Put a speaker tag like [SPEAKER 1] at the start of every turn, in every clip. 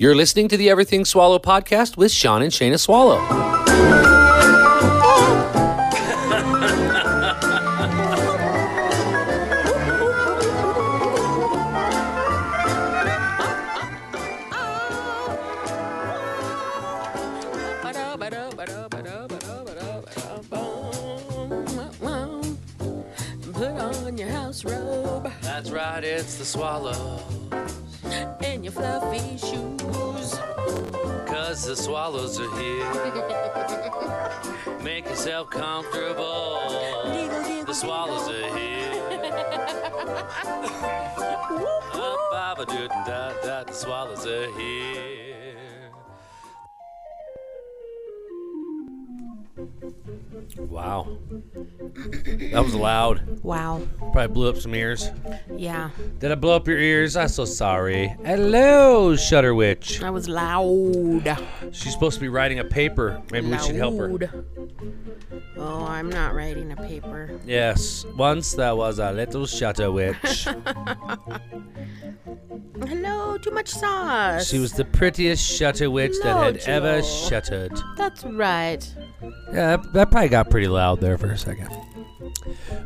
[SPEAKER 1] You're listening to the Everything Swallow podcast with Sean and Shayna Swallow.
[SPEAKER 2] Put on your house robe
[SPEAKER 1] That's right, it's the swallow.
[SPEAKER 2] and your fluffy shoes.
[SPEAKER 1] Cause the swallows are here. Make yourself comfortable.
[SPEAKER 2] Giggle, giggle,
[SPEAKER 1] The swallows are here. Up, up, doot, da, da, the swallows are here. Wow. That was loud.
[SPEAKER 2] Wow.
[SPEAKER 1] Probably blew up some ears.
[SPEAKER 2] Yeah,
[SPEAKER 1] Did I blow up your ears? I'm so sorry. Hello, Shutter Witch.
[SPEAKER 2] that was loud.
[SPEAKER 1] She's supposed to be writing a paper. Maybe we should help her.
[SPEAKER 2] Loud. Oh, I'm not writing a paper.
[SPEAKER 1] Yes, once there was a little Shutter Witch.
[SPEAKER 2] Hello, too much sauce.
[SPEAKER 1] she was the prettiest Shutter Witch that
[SPEAKER 2] No,
[SPEAKER 1] had ever
[SPEAKER 2] Joe.
[SPEAKER 1] shuttered.
[SPEAKER 2] That's right.
[SPEAKER 1] Yeah, that, that probably got pretty loud there for a second.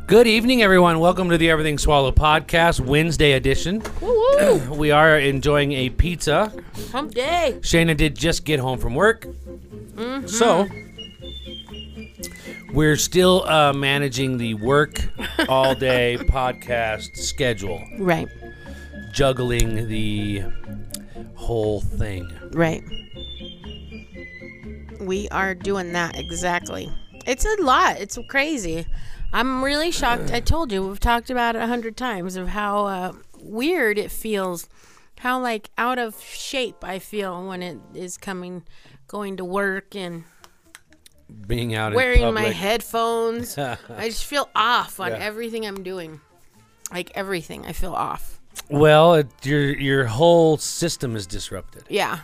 [SPEAKER 1] Good evening, everyone. Welcome to the Everything Swallow podcast, Wednesday edition.
[SPEAKER 2] Woo woo.
[SPEAKER 1] We are enjoying a pizza.
[SPEAKER 2] Hump day.
[SPEAKER 1] Shayna did just get home from work. So we're still uh, managing the work all day podcast schedule,
[SPEAKER 2] Right.
[SPEAKER 1] juggling the whole thing.
[SPEAKER 2] Right. We are doing that exactly. It's a lot. It's crazy. I'm really shocked. I told you we've talked about it a hundred times of how uh, weird it feels, how like out of shape I feel when it is coming, going to work and
[SPEAKER 1] Being out in
[SPEAKER 2] wearing
[SPEAKER 1] public.
[SPEAKER 2] my headphones. I just feel off on
[SPEAKER 1] Yeah.
[SPEAKER 2] everything I'm doing. Like everything, I feel off.
[SPEAKER 1] Well, it, your your whole system is disrupted.
[SPEAKER 2] Yeah.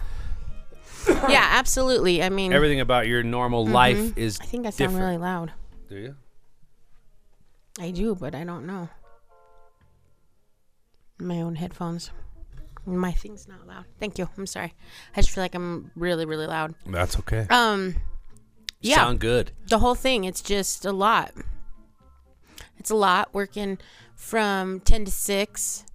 [SPEAKER 2] yeah, absolutely. I mean,
[SPEAKER 1] Everything about your normal life is.
[SPEAKER 2] Mm-hmm. I think I sound really loud.
[SPEAKER 1] Do you?
[SPEAKER 2] I do, but I don't know. My own headphones. My thing's not loud. Thank you. I'm sorry. I just feel like I'm really, really loud.
[SPEAKER 1] That's okay.
[SPEAKER 2] Um, yeah,
[SPEAKER 1] Sound good.
[SPEAKER 2] the whole thing. It's just a lot. It's a lot working from ten to six,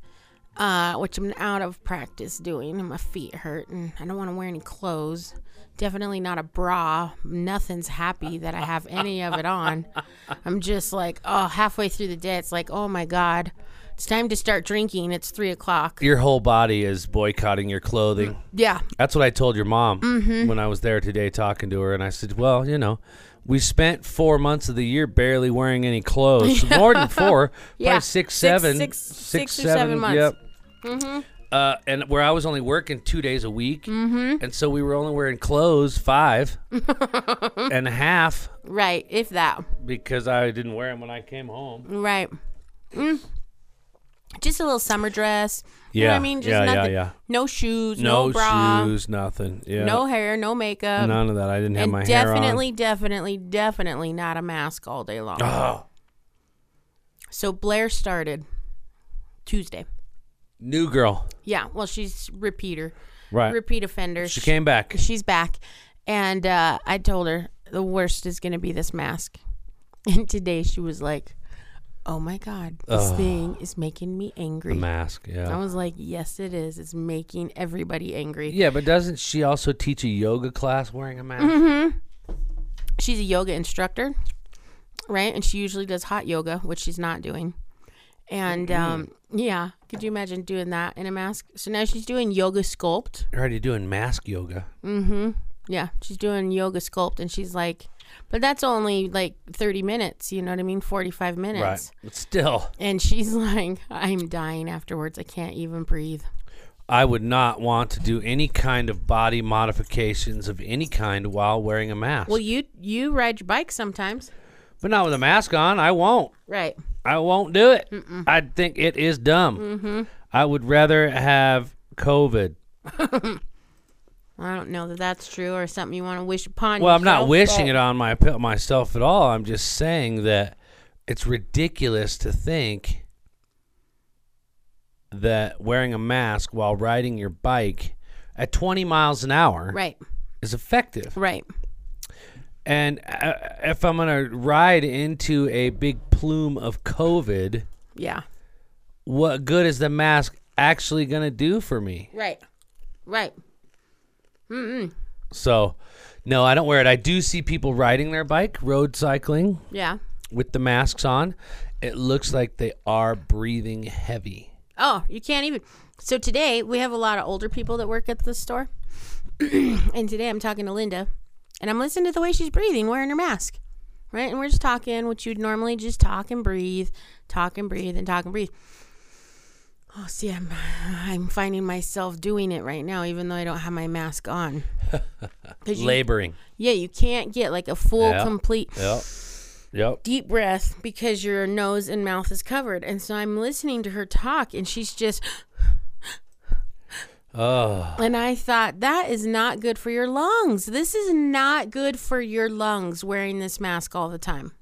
[SPEAKER 2] uh, which I'm out of practice doing, and my feet hurt, and I don't want to wear any clothes. Definitely not a bra. Nothing's happy that I have any of it on. I'm just like, oh, halfway through the day, it's like, oh my god, it's time to start drinking. It's three o'clock.
[SPEAKER 1] Your whole body is boycotting your clothing.
[SPEAKER 2] Yeah,
[SPEAKER 1] That's what I told your mom
[SPEAKER 2] Mm-hmm.
[SPEAKER 1] when I was there today talking to her. And I said, Well, you know, we spent four months of the year barely wearing any clothes. More than four,
[SPEAKER 2] Yeah.
[SPEAKER 1] probably six,
[SPEAKER 2] Six-
[SPEAKER 1] seven,
[SPEAKER 2] six-
[SPEAKER 1] six,
[SPEAKER 2] six or seven months. Mm-hmm.
[SPEAKER 1] Yep. Uh, and where I was only working two days a week.
[SPEAKER 2] Mm-hmm.
[SPEAKER 1] And so we were only wearing clothes five and a half
[SPEAKER 2] right. If that.
[SPEAKER 1] because I didn't wear them when I came home.
[SPEAKER 2] Right. Mm. Just a little summer dress. You know what
[SPEAKER 1] Yeah,
[SPEAKER 2] I mean? Just
[SPEAKER 1] yeah, yeah,
[SPEAKER 2] nothing.
[SPEAKER 1] yeah.
[SPEAKER 2] No shoes, no,
[SPEAKER 1] No,
[SPEAKER 2] bra,
[SPEAKER 1] shoes, nothing. Yeah.
[SPEAKER 2] no hair, no makeup.
[SPEAKER 1] None of that. I didn't have
[SPEAKER 2] and
[SPEAKER 1] my hair on.
[SPEAKER 2] definitely, definitely, definitely not a mask all day long.
[SPEAKER 1] Oh,
[SPEAKER 2] So Blair started Tuesday.
[SPEAKER 1] new girl.
[SPEAKER 2] Yeah, well, she's repeater,
[SPEAKER 1] Right.
[SPEAKER 2] repeat offender.
[SPEAKER 1] Uh, She came back.
[SPEAKER 2] She's back, and uh, I told her the worst is gonna be this mask. And today she was like, "Oh my god, this thing is making me angry."
[SPEAKER 1] Mask. Yeah.
[SPEAKER 2] I was like, yes, it is. It's making everybody angry.
[SPEAKER 1] Yeah, but doesn't she also teach a yoga class wearing a mask?
[SPEAKER 2] She's a yoga instructor, right? And she usually does hot yoga, which she's not doing. And um, yeah, could you imagine doing that in a mask? So now she's doing yoga sculpt.
[SPEAKER 1] You're already doing mask yoga.
[SPEAKER 2] Yeah, she's doing yoga sculpt, and she's like, but that's only like 30 minutes, you know what I mean? 45 minutes.
[SPEAKER 1] Right. But still,
[SPEAKER 2] And she's like, I'm dying afterwards. I can't even breathe.
[SPEAKER 1] I would not want to do any kind of body modifications of any kind while wearing a mask.
[SPEAKER 2] Well, you you ride your bike sometimes,
[SPEAKER 1] but not with a mask on, I won't.
[SPEAKER 2] right?
[SPEAKER 1] I won't do it. I think it is dumb. I would rather have COVID.
[SPEAKER 2] I don't know that that's true or something you want to wish upon.
[SPEAKER 1] Well, I'm not
[SPEAKER 2] yourself,
[SPEAKER 1] wishing it
[SPEAKER 2] but-
[SPEAKER 1] on my myself at all. I'm just saying that it's ridiculous to think that wearing a mask while riding your bike at 20 miles an hour
[SPEAKER 2] Right.
[SPEAKER 1] is effective.
[SPEAKER 2] Right.
[SPEAKER 1] And uh, if I'm going to ride into a big plume of COVID,
[SPEAKER 2] Yeah.
[SPEAKER 1] what good is the mask actually going to do for me?
[SPEAKER 2] Right. Right.
[SPEAKER 1] So, no, I don't wear it. I do see people riding their bike, road cycling
[SPEAKER 2] Yeah.
[SPEAKER 1] with the masks on. It looks like they are breathing heavy.
[SPEAKER 2] Oh, you can't even. So today we have a lot of older people that work at the store. and today I'm talking to Linda and I'm listening to the way she's breathing wearing her mask. Right? And we're just talking, which you'd normally just talk and breathe, talk and breathe and talk and breathe. Oh, see, I'm I'm finding myself doing it right now even though I don't have my mask on. 'Cause you-
[SPEAKER 1] Laboring.
[SPEAKER 2] yeah, you can't get like a full
[SPEAKER 1] Yeah.
[SPEAKER 2] complete
[SPEAKER 1] Yep. Yep.
[SPEAKER 2] deep breath because your nose and mouth is covered. And so I'm listening to her talk and she's just
[SPEAKER 1] Oh,
[SPEAKER 2] And I thought, that is not good for your lungs. This is not good for your lungs wearing this mask all the time.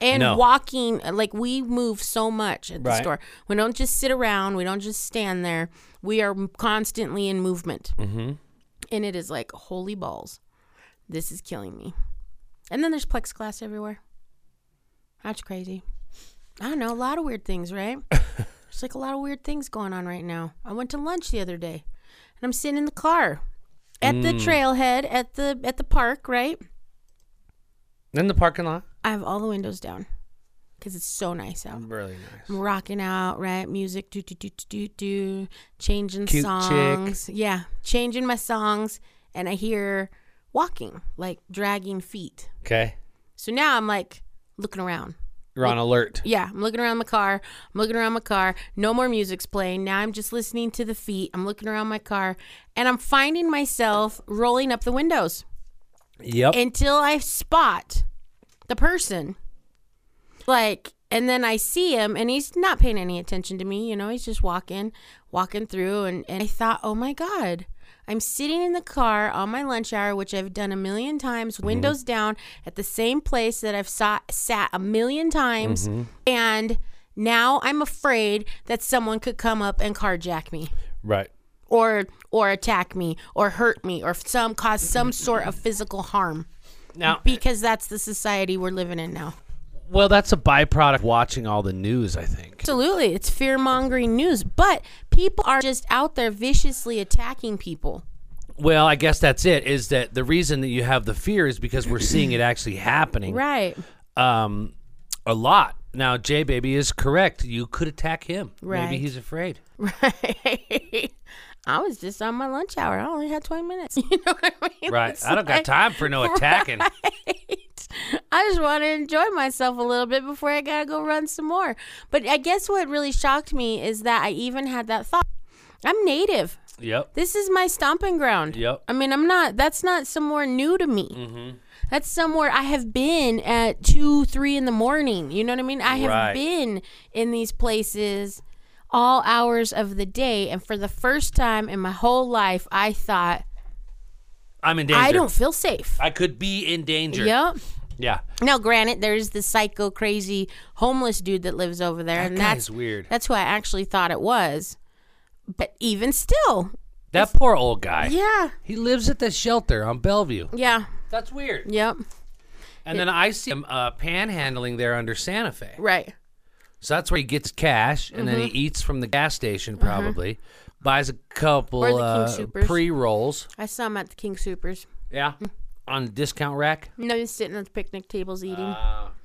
[SPEAKER 2] And
[SPEAKER 1] No.
[SPEAKER 2] walking, like we move so much at the
[SPEAKER 1] Right.
[SPEAKER 2] store. We don't just sit around, we don't just stand there. We are constantly in movement. Mm-hmm. And it is like, holy balls, this is killing me. And then there's plexiglass everywhere. That's crazy. I don't know, a lot of weird things, right? There's like a lot of weird things going on right now. I went to lunch the other day and I'm sitting in the car at the trailhead at the at the park, right?
[SPEAKER 1] in the parking lot.
[SPEAKER 2] I have all the windows down because it's so nice out.
[SPEAKER 1] Really nice.
[SPEAKER 2] I'm rocking out, right? Music, do do do do do do, changing
[SPEAKER 1] Cute chick.
[SPEAKER 2] songs. Yeah, changing my songs, and I hear walking, like dragging feet.
[SPEAKER 1] Okay.
[SPEAKER 2] So now I'm like looking around.
[SPEAKER 1] You're on alert.
[SPEAKER 2] Yeah, I'm looking around my car. I'm looking around my car. No more music's playing. Now I'm just listening to the feet. I'm looking around my car, and I'm finding myself rolling up the windows
[SPEAKER 1] Yep.
[SPEAKER 2] until I spot the person. Like, and then I see him, and he's not paying any attention to me. You know, he's just walking, walking through. And, and I thought, oh my God, I'm sitting in the car on my lunch hour, which I've done a million times, windows down at the same place that I've saw, sat a million times. And now I'm afraid that someone could come up and carjack me
[SPEAKER 1] right.
[SPEAKER 2] or or attack me or hurt me or some cause some sort of physical harm
[SPEAKER 1] Now,
[SPEAKER 2] because that's the society we're living in now.
[SPEAKER 1] well, that's a byproduct of watching all the news, I think.
[SPEAKER 2] Absolutely, it's fear mongering news, but people are just out there viciously attacking people.
[SPEAKER 1] Well, I guess that's it. Is that the reason that you have the fear is because we're seeing it actually happening
[SPEAKER 2] Right,
[SPEAKER 1] um, a lot. Now, Jay Baby is correct. You could attack him.
[SPEAKER 2] Right.
[SPEAKER 1] Maybe he's afraid.
[SPEAKER 2] right. I was just on my lunch hour. I only had twenty minutes. You know what I mean?
[SPEAKER 1] Right.
[SPEAKER 2] It's
[SPEAKER 1] I don't got
[SPEAKER 2] like-
[SPEAKER 1] time for no attacking.
[SPEAKER 2] right. I just want to enjoy myself a little bit before I gotta go run some more. But I guess what really shocked me is that I even had that thought. I'm native.
[SPEAKER 1] Yep.
[SPEAKER 2] This is my stomping ground.
[SPEAKER 1] Yep. Mm-hmm.
[SPEAKER 2] I mean, I'm not. That's not somewhere new to me. That's somewhere I have been at two, three in the morning. You know what I mean? I have
[SPEAKER 1] Right.
[SPEAKER 2] been in these places all hours of the day, and for the first time in my whole life, I thought
[SPEAKER 1] I'm in danger.
[SPEAKER 2] I don't feel safe.
[SPEAKER 1] I could be in danger.
[SPEAKER 2] Yep.
[SPEAKER 1] Yeah.
[SPEAKER 2] Now, granted, there's the psycho crazy homeless dude that lives over there, and
[SPEAKER 1] That
[SPEAKER 2] that's
[SPEAKER 1] guy's weird.
[SPEAKER 2] That's who I actually thought it was. But even still,
[SPEAKER 1] That poor old guy.
[SPEAKER 2] yeah,
[SPEAKER 1] He lives at the shelter on Bellevue.
[SPEAKER 2] yeah,
[SPEAKER 1] That's weird.
[SPEAKER 2] yep,
[SPEAKER 1] And then I see him uh, panhandling there under Santa Fe.
[SPEAKER 2] right.
[SPEAKER 1] So that's where he gets cash, and then he
[SPEAKER 2] Mm-hmm.
[SPEAKER 1] eats from the gas station probably, buys a couple
[SPEAKER 2] Uh-huh. Or the King
[SPEAKER 1] uh,
[SPEAKER 2] Supers.
[SPEAKER 1] pre rolls.
[SPEAKER 2] I saw him at the King Supers.
[SPEAKER 1] Yeah,
[SPEAKER 2] Mm.
[SPEAKER 1] on the discount rack.
[SPEAKER 2] No, he's sitting at the picnic tables eating.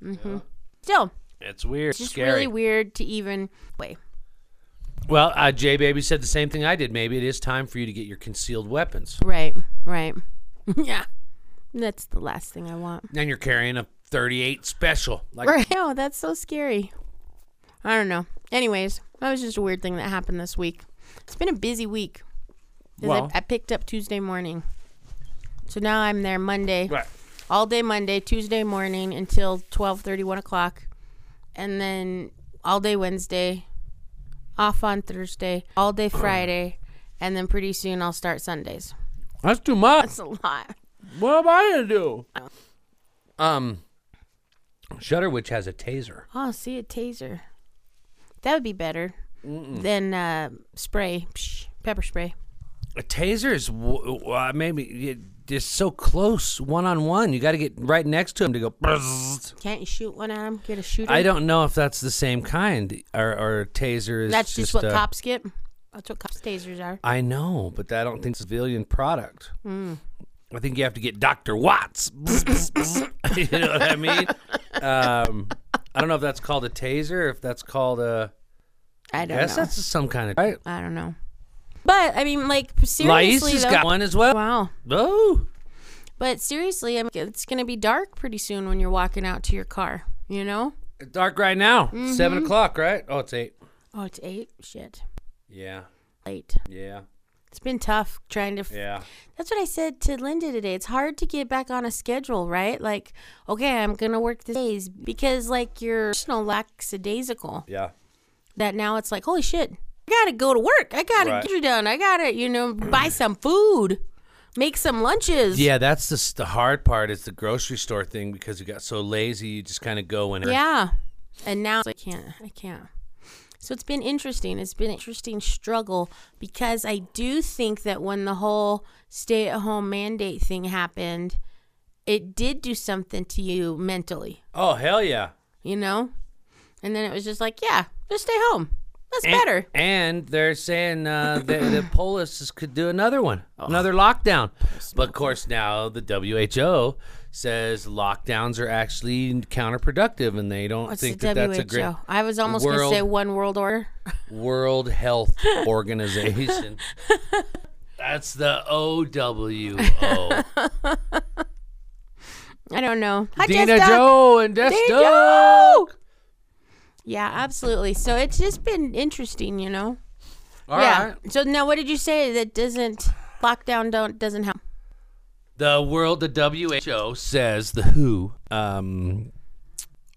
[SPEAKER 2] Mm-hmm. Still,
[SPEAKER 1] It's weird. Ah,
[SPEAKER 2] just
[SPEAKER 1] Scary.
[SPEAKER 2] really weird to even. Wait.
[SPEAKER 1] well, uh, Jay Baby said the same thing I did. Maybe it is time for you to get your concealed weapons.
[SPEAKER 2] Right, right. yeah. That's the last thing I want.
[SPEAKER 1] And you're carrying a 38 special. Like,
[SPEAKER 2] Right. No, that's so scary. I don't know. Anyways, that was just a weird thing that happened this week. It's been a busy week. 'Cause
[SPEAKER 1] Well-
[SPEAKER 2] I, I picked up Tuesday morning. So now I'm there Monday.
[SPEAKER 1] Right.
[SPEAKER 2] all day Monday, Tuesday morning until 12 1 o'clock, and then all day Wednesday, off on Thursday, all day Friday, and then pretty soon I'll start Sundays.
[SPEAKER 1] That's too much.
[SPEAKER 2] It's a lot.
[SPEAKER 1] What am I gonna do? Um, Shutter Witch has a taser.
[SPEAKER 2] Oh, see a taser. That would be better than uh, spray, Psh, pepper spray.
[SPEAKER 1] a taser is w- w- uh, maybe you- just so close one on one. You got to get right next to him to go. "Bzzzt."
[SPEAKER 2] Can't you shoot one at him? Get a shooter.
[SPEAKER 1] I don't know if that's the same kind or, or a taser is.
[SPEAKER 2] That's just, what
[SPEAKER 1] a-
[SPEAKER 2] cops get. That's what cops tasers are.
[SPEAKER 1] I know, but I don't think civilian product.
[SPEAKER 2] Hmm.
[SPEAKER 1] I think you have to get Dr. Watts. you know what I mean? Um, I don't know if that's called a taser, if that's called a.
[SPEAKER 2] I
[SPEAKER 1] I
[SPEAKER 2] don't
[SPEAKER 1] guess
[SPEAKER 2] know.
[SPEAKER 1] that's some kind of. Right?
[SPEAKER 2] I don't know. But I mean, like seriously
[SPEAKER 1] Laisa's
[SPEAKER 2] though.
[SPEAKER 1] got one as well.
[SPEAKER 2] wow.
[SPEAKER 1] Oh,
[SPEAKER 2] But seriously, I mean, it's gonna be dark pretty soon when you're walking out to your car. You know?
[SPEAKER 1] it's dark right now.
[SPEAKER 2] Mm-hmm.
[SPEAKER 1] Seven o'clock, right? Oh, it's eight.
[SPEAKER 2] Oh, it's eight. Shit.
[SPEAKER 1] Yeah,
[SPEAKER 2] Late.
[SPEAKER 1] yeah,
[SPEAKER 2] It's been tough trying to. f-
[SPEAKER 1] yeah.
[SPEAKER 2] That's what I said to Linda today. It's hard to get back on a schedule, right? Like, okay, I'm gonna work these days because like your personal lackadaisical.
[SPEAKER 1] Yeah.
[SPEAKER 2] that now it's like, holy shit, I gotta go to work. I gotta
[SPEAKER 1] Right.
[SPEAKER 2] get you done. I gotta, you know, buy some food, make some lunches.
[SPEAKER 1] Yeah, that's the, s- the hard part is the grocery store thing because you got so lazy, you just kind of go in.
[SPEAKER 2] Yeah. And now I can't. I can't. So it's been interesting. It's been an interesting struggle because I do think that when the whole stay at home mandate thing happened, it did do something to you mentally,
[SPEAKER 1] Oh, hell yeah.
[SPEAKER 2] you know? And then it was just like, yeah, just stay home. That's
[SPEAKER 1] And-
[SPEAKER 2] better.
[SPEAKER 1] And they're saying uh, that, that Polis is- could do another one, another lockdown. But of course, now the WHO says lockdowns are actually counterproductive, and they don't
[SPEAKER 2] What's the
[SPEAKER 1] think
[SPEAKER 2] WHO?
[SPEAKER 1] that that's a great
[SPEAKER 2] I was almost going
[SPEAKER 1] world-
[SPEAKER 2] to say one world order.
[SPEAKER 1] World Health Organization. that's the OWO.
[SPEAKER 2] I don't know. Hi,
[SPEAKER 1] Dina
[SPEAKER 2] Jess Duck.
[SPEAKER 1] Joe and Desto.
[SPEAKER 2] Dina Joe. Yeah, absolutely. So it's just been interesting, you know.
[SPEAKER 1] All
[SPEAKER 2] yeah.
[SPEAKER 1] right.
[SPEAKER 2] So now, what did you say that doesn't lockdown don't doesn't help?
[SPEAKER 1] The world, the WHO says the WHO um,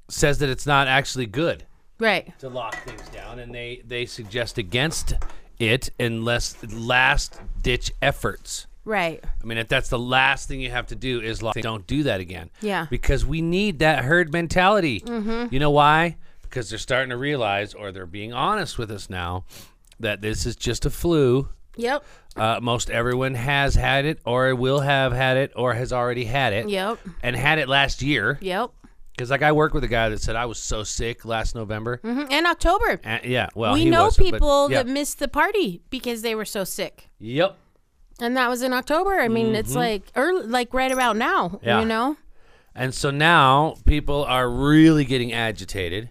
[SPEAKER 1] says that it's not actually good
[SPEAKER 2] Right.
[SPEAKER 1] to lock things down, and they they suggest against it unless last ditch efforts.
[SPEAKER 2] Right.
[SPEAKER 1] I mean, if that's the last thing you have to do is lock, don't do that again.
[SPEAKER 2] Yeah. Mm-hmm.
[SPEAKER 1] Because we need that herd mentality. You know why? Because they're starting to realize, or they're being honest with us now, that this is just a flu.
[SPEAKER 2] Yep.
[SPEAKER 1] Uh, most everyone has had it, or will have had it, or has already had it.
[SPEAKER 2] Yep.
[SPEAKER 1] And had it last year.
[SPEAKER 2] Yep.
[SPEAKER 1] Because, like, I work with a guy that said, I was so sick last November.
[SPEAKER 2] Mhm. And October,
[SPEAKER 1] And, yeah, well,
[SPEAKER 2] we
[SPEAKER 1] Uh, he
[SPEAKER 2] know
[SPEAKER 1] wasn't, but-
[SPEAKER 2] people
[SPEAKER 1] yeah.
[SPEAKER 2] that missed the party because they were so sick,
[SPEAKER 1] Yep.
[SPEAKER 2] and that was in October. I mean, it's like early, like right about now.
[SPEAKER 1] Mm-hmm. Yeah.
[SPEAKER 2] You know.
[SPEAKER 1] And so now people are really getting agitated.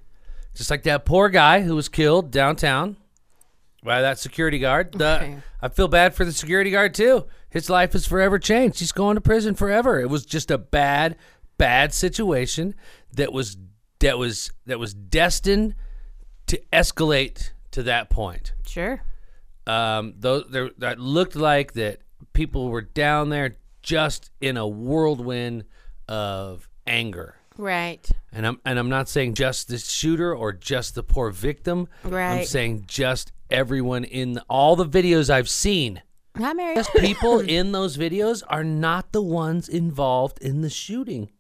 [SPEAKER 1] Just like that poor guy who was killed downtown by that security guard. The-
[SPEAKER 2] Okay.
[SPEAKER 1] I feel bad for the security guard too. His life is forever changed. He's going to prison forever. It was just a bad, bad situation that was that was that was destined to escalate to that point
[SPEAKER 2] Sure.
[SPEAKER 1] um, those there, that looked like that people were down there just in a whirlwind of anger.
[SPEAKER 2] Right.
[SPEAKER 1] And I'm and I'm not saying just the shooter or just the poor victim. I'm
[SPEAKER 2] Right.
[SPEAKER 1] saying just everyone in the, all the videos I've seen.
[SPEAKER 2] Hi, Mary.
[SPEAKER 1] Just people in those videos are not the ones involved in the shooting.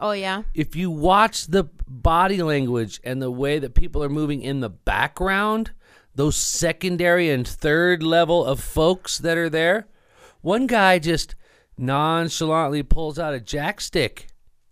[SPEAKER 2] Oh yeah.
[SPEAKER 1] If you watch the body language and the way that people are moving in the background, those secondary and third level of folks that are there, one guy just nonchalantly pulls out a jackstick.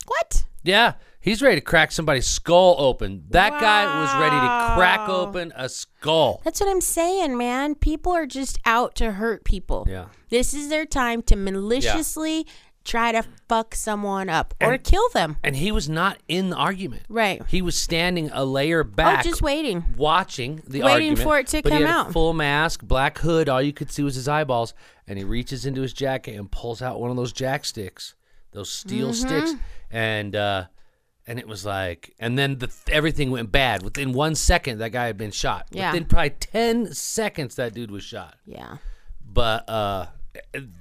[SPEAKER 2] What?
[SPEAKER 1] Yeah, he's ready to crack somebody's skull open. That guy was ready to crack
[SPEAKER 2] Wow.
[SPEAKER 1] open a skull.
[SPEAKER 2] That's what I'm saying, man. People are just out to hurt people.
[SPEAKER 1] Yeah.
[SPEAKER 2] This is their time to maliciously try to fuck someone up or kill them.
[SPEAKER 1] And he was not in the argument.
[SPEAKER 2] Right.
[SPEAKER 1] He was standing a layer back.
[SPEAKER 2] Oh, just waiting.
[SPEAKER 1] watching the
[SPEAKER 2] Waiting
[SPEAKER 1] argument,
[SPEAKER 2] for it to
[SPEAKER 1] but he
[SPEAKER 2] come
[SPEAKER 1] had a
[SPEAKER 2] out.
[SPEAKER 1] full mask, black hood. All you could see was his eyeballs, and he reaches into his jacket and pulls out one of those jack sticks, those steel
[SPEAKER 2] Mm-hmm.
[SPEAKER 1] sticks, and uh, and it was like, and then the, everything went bad within one second. That guy had been shot.
[SPEAKER 2] Yeah.
[SPEAKER 1] Within probably ten seconds, that dude was shot.
[SPEAKER 2] Yeah.
[SPEAKER 1] But uh,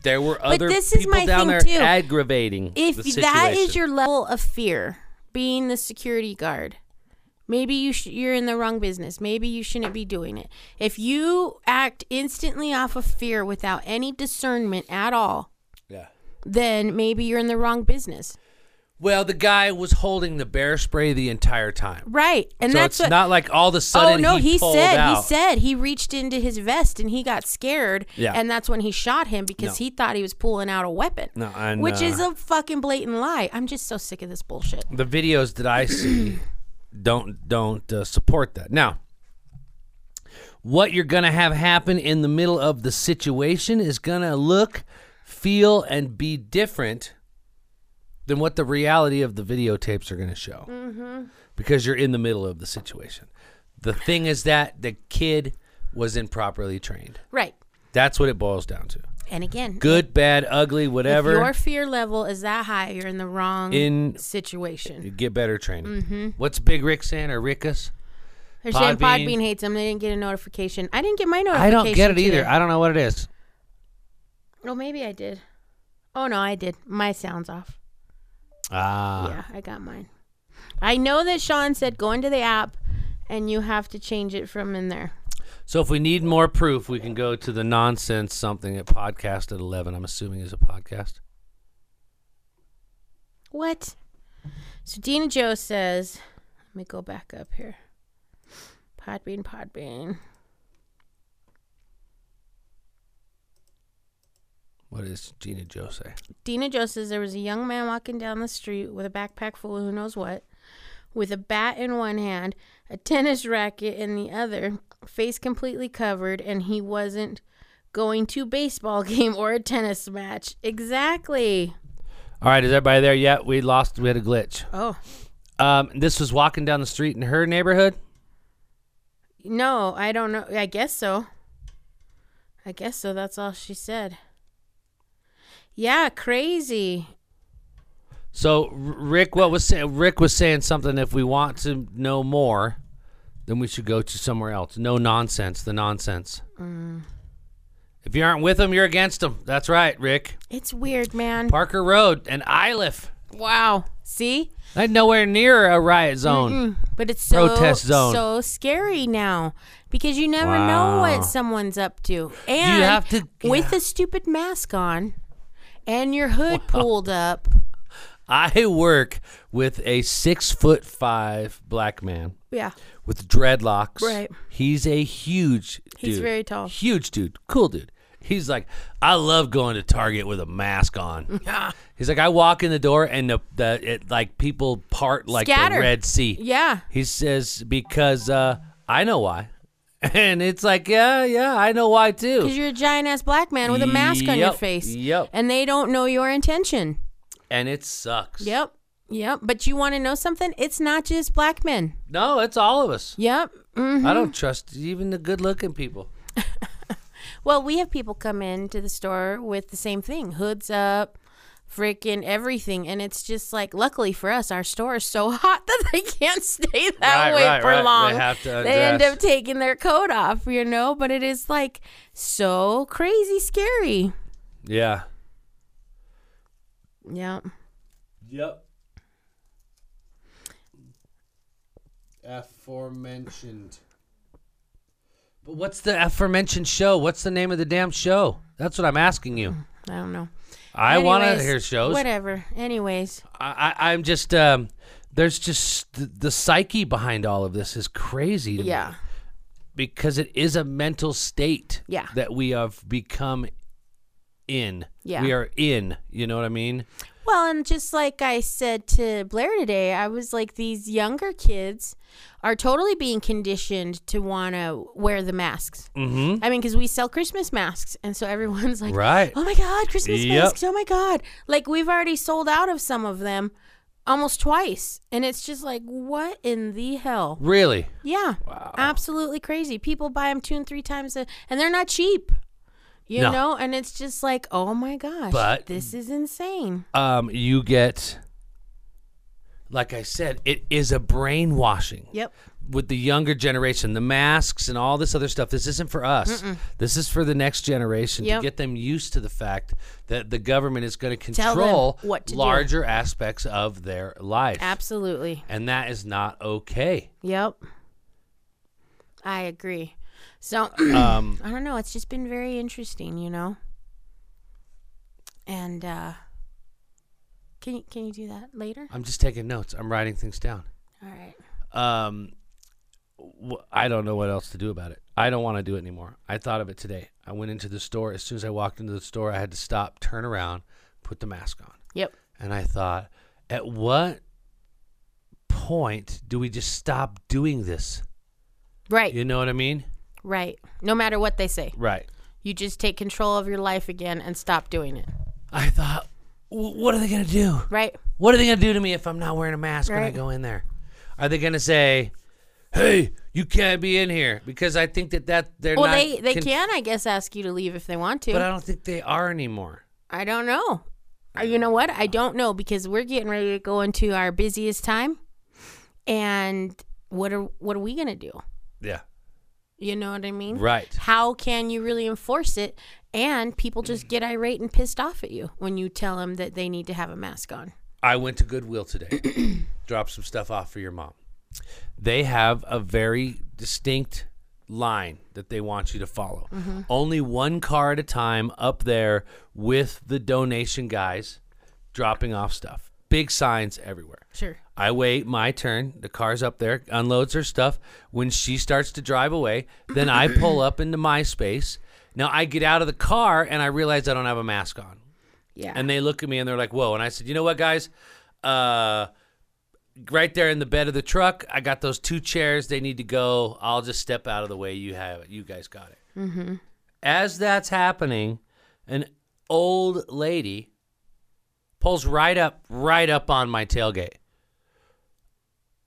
[SPEAKER 1] there were other
[SPEAKER 2] this is
[SPEAKER 1] people
[SPEAKER 2] my
[SPEAKER 1] down
[SPEAKER 2] thing,
[SPEAKER 1] there
[SPEAKER 2] too.
[SPEAKER 1] aggravating
[SPEAKER 2] If
[SPEAKER 1] the situation.
[SPEAKER 2] that is your level of fear, being the security guard, maybe you sh- you're in the wrong business. Maybe you shouldn't be doing it. If you act instantly off of fear without any discernment at all,
[SPEAKER 1] yeah.
[SPEAKER 2] then maybe you're in the wrong business.
[SPEAKER 1] Well, the guy was holding the bear spray the entire time.
[SPEAKER 2] Right. And
[SPEAKER 1] so
[SPEAKER 2] that's
[SPEAKER 1] it's
[SPEAKER 2] what,
[SPEAKER 1] not like all of a sudden
[SPEAKER 2] oh no,
[SPEAKER 1] he,
[SPEAKER 2] he,
[SPEAKER 1] pulled
[SPEAKER 2] said
[SPEAKER 1] out.
[SPEAKER 2] he said he reached into his vest and he got scared.
[SPEAKER 1] Yeah.
[SPEAKER 2] And that's when he shot him because
[SPEAKER 1] No.
[SPEAKER 2] he thought he was pulling out a weapon.
[SPEAKER 1] No, and,
[SPEAKER 2] which
[SPEAKER 1] uh,
[SPEAKER 2] is a fucking blatant lie. I'm just so sick of this bullshit.
[SPEAKER 1] the videos that I see don't don't uh, support that. Now, what you're gonna have happen in the middle of the situation is gonna look, feel, and be different than what the reality of the videotapes are gonna show, mm-hmm. because you're in the middle of the situation. The thing is that the kid was improperly trained.
[SPEAKER 2] Right.
[SPEAKER 1] That's what it boils down to.
[SPEAKER 2] And again,
[SPEAKER 1] Good, bad, ugly,
[SPEAKER 2] if
[SPEAKER 1] whatever.
[SPEAKER 2] your fear level is that high, you're in the wrong
[SPEAKER 1] in
[SPEAKER 2] situation.
[SPEAKER 1] get better training. What's Big Rick saying or Rickus?
[SPEAKER 2] They're saying
[SPEAKER 1] Podbean-
[SPEAKER 2] Podbean hates them. They didn't get a notification. I didn't get my notification.
[SPEAKER 1] I don't get it
[SPEAKER 2] today.
[SPEAKER 1] either. I don't know what it is.
[SPEAKER 2] Oh, maybe I did. Oh no, I did. My sound's off.
[SPEAKER 1] Ah,
[SPEAKER 2] Yeah, I got mine. I know that Sean said go into the app, and you have to change it from in there.
[SPEAKER 1] so if we need more proof, we can go to the nonsense something at podcast at eleven. I'm assuming is a podcast.
[SPEAKER 2] What? So Dina Joe says, let me go back up here. Podbean, Podbean.
[SPEAKER 1] What is Gina Joe say?
[SPEAKER 2] Dina Joe says there was a young man walking down the street with a backpack full of who knows what, with a bat in one hand, a tennis racket in the other, face completely covered, and he wasn't going to baseball game or a tennis match. Exactly.
[SPEAKER 1] All right, is everybody there yet? We lost. We had a glitch.
[SPEAKER 2] Oh.
[SPEAKER 1] Um, this was walking down the street in her neighborhood.
[SPEAKER 2] No, I don't know. I guess so. I guess so. That's all she said. Yeah, crazy.
[SPEAKER 1] So R- Rick, what was saying? Rick was saying something. If we want to know more, then we should go to somewhere else. No nonsense. The nonsense.
[SPEAKER 2] Mm.
[SPEAKER 1] If you aren't with them, you're against them. That's right, Rick.
[SPEAKER 2] It's weird, man.
[SPEAKER 1] Parker Road and Iliff.
[SPEAKER 2] Wow. See?
[SPEAKER 1] That's nowhere near a riot zone.
[SPEAKER 2] But it's so
[SPEAKER 1] Protest zone.
[SPEAKER 2] so scary now because you never know
[SPEAKER 1] Wow.
[SPEAKER 2] what someone's up to. And
[SPEAKER 1] have to-
[SPEAKER 2] with a stupid mask on and your hood pulled up.
[SPEAKER 1] I work with a six foot five black man
[SPEAKER 2] Yeah.
[SPEAKER 1] with dreadlocks.
[SPEAKER 2] Right.
[SPEAKER 1] He's a huge dude.
[SPEAKER 2] He's very tall.
[SPEAKER 1] Huge dude. Cool dude. He's like, I love going to Target with a mask on. He's like, I walk in the door and the, the it, like people part like
[SPEAKER 2] Scatter.
[SPEAKER 1] the Red Sea.
[SPEAKER 2] Yeah.
[SPEAKER 1] He says because uh, I know why, and it's like, yeah, yeah, I know why too.
[SPEAKER 2] Because you're a giant ass black man with a mask on your
[SPEAKER 1] Yep,
[SPEAKER 2] face.
[SPEAKER 1] yep.
[SPEAKER 2] And they don't know your intention.
[SPEAKER 1] and it sucks.
[SPEAKER 2] Yep. Yep. But you want to know something? It's not just black men.
[SPEAKER 1] No, it's all of us.
[SPEAKER 2] Yep. Mm.
[SPEAKER 1] I don't trust even the good looking people.
[SPEAKER 2] Well, we have people come into the store with the same thing hoods up, freaking everything. And it's just like, luckily for us, our store is so hot that they can't stay that
[SPEAKER 1] Right,
[SPEAKER 2] way
[SPEAKER 1] right,
[SPEAKER 2] for
[SPEAKER 1] right. They
[SPEAKER 2] long.
[SPEAKER 1] have to
[SPEAKER 2] They end
[SPEAKER 1] undress.
[SPEAKER 2] up taking their coat off, you know? But it is like so crazy scary.
[SPEAKER 1] Yeah.
[SPEAKER 2] Yep.
[SPEAKER 1] Yep. Aforementioned. But what's the aforementioned show? What's the name of the damn show? That's what I'm asking you.
[SPEAKER 2] I don't know.
[SPEAKER 1] I want to
[SPEAKER 2] Anyways,
[SPEAKER 1] hear shows.
[SPEAKER 2] Whatever. Anyways,
[SPEAKER 1] I, I, I'm just um, there's just the, the psyche behind all of this is crazy. To me.
[SPEAKER 2] yeah.
[SPEAKER 1] because it is a mental state.
[SPEAKER 2] Yeah.
[SPEAKER 1] that we have become in.
[SPEAKER 2] Yeah.
[SPEAKER 1] we are in. You know what I mean?
[SPEAKER 2] Well, and just like I said to Blair today, I was like, these younger kids are totally being conditioned to want to wear the masks.
[SPEAKER 1] Mm-hmm.
[SPEAKER 2] I mean, because we sell Christmas masks, and so everyone's like,
[SPEAKER 1] Right.
[SPEAKER 2] "Oh my God, Christmas
[SPEAKER 1] Yep.
[SPEAKER 2] masks! Oh my God!" Like we've already sold out of some of them almost twice, and it's just like, what in the hell?
[SPEAKER 1] Really?
[SPEAKER 2] Yeah, absolutely crazy. People buy them two and three times, a, and they're not cheap. You
[SPEAKER 1] No.
[SPEAKER 2] know, and it's just like, oh my gosh,
[SPEAKER 1] But-
[SPEAKER 2] this is insane.
[SPEAKER 1] Um, you get, like I said, it is a brainwashing.
[SPEAKER 2] Yep.
[SPEAKER 1] With the younger generation, the masks and all this other stuff, this isn't for us. This is for the next generation
[SPEAKER 2] Yep.
[SPEAKER 1] to get them used to the fact that the government is going to
[SPEAKER 2] Tell them
[SPEAKER 1] control
[SPEAKER 2] what to do.
[SPEAKER 1] larger aspects of their life.
[SPEAKER 2] Absolutely.
[SPEAKER 1] And that is not okay.
[SPEAKER 2] Yep. I agree. So
[SPEAKER 1] Um,
[SPEAKER 2] I don't know. It's just been very interesting, you know? And uh Can you can you do that later?
[SPEAKER 1] I'm just taking notes. I'm writing things down.
[SPEAKER 2] All right.
[SPEAKER 1] Um, wh- I don't know what else to do about it. I don't want to do it anymore. I thought of it today. I went into the store. As soon as I walked into the store, I had to stop, turn around, put the mask on.
[SPEAKER 2] Yep.
[SPEAKER 1] And I thought, at what point do we just stop doing this?
[SPEAKER 2] Right.
[SPEAKER 1] You know what I mean?
[SPEAKER 2] Right. No matter what they say,
[SPEAKER 1] Right.
[SPEAKER 2] you just take control of your life again and stop doing it.
[SPEAKER 1] I thought, "Wh- what are they going to do?
[SPEAKER 2] Right.
[SPEAKER 1] What are they going to do to me if I'm not wearing a mask when I
[SPEAKER 2] Right.
[SPEAKER 1] go in there? Are they going to say, hey, you can't be in here? Because I think that, that they're
[SPEAKER 2] Well,
[SPEAKER 1] not.
[SPEAKER 2] they they
[SPEAKER 1] con-
[SPEAKER 2] can, I guess, ask you to leave if they want to.
[SPEAKER 1] But I don't think they are anymore.
[SPEAKER 2] I don't know. Uh, You know what? I don't know because we're getting ready to go into our busiest time, and what are what are we gonna do?
[SPEAKER 1] Yeah.
[SPEAKER 2] You know what I mean?
[SPEAKER 1] Right.
[SPEAKER 2] How can you really enforce it? And people just get irate and pissed off at you when you tell them that they need to have a mask on.
[SPEAKER 1] I went to Goodwill today. Drop some stuff off for your mom. They have a very distinct line that they want you to follow. Only one car at a time up there with the donation guys dropping off stuff. Big signs everywhere.
[SPEAKER 2] Sure.
[SPEAKER 1] I wait my turn. The car's up there, unloads her stuff. When she starts to drive away, then I pull up into my space. Now I get out of the car and I realize I don't have a mask on.
[SPEAKER 2] Yeah.
[SPEAKER 1] And they look at me and they're like, "Whoa!" And I said, "You know what, guys? Uh, right there in the bed of the truck, I got those two chairs. They need to go. I'll just step out of the way. You have it. You guys got it." Mm-hmm. As that's happening, an old lady pulls right up, right up on my tailgate,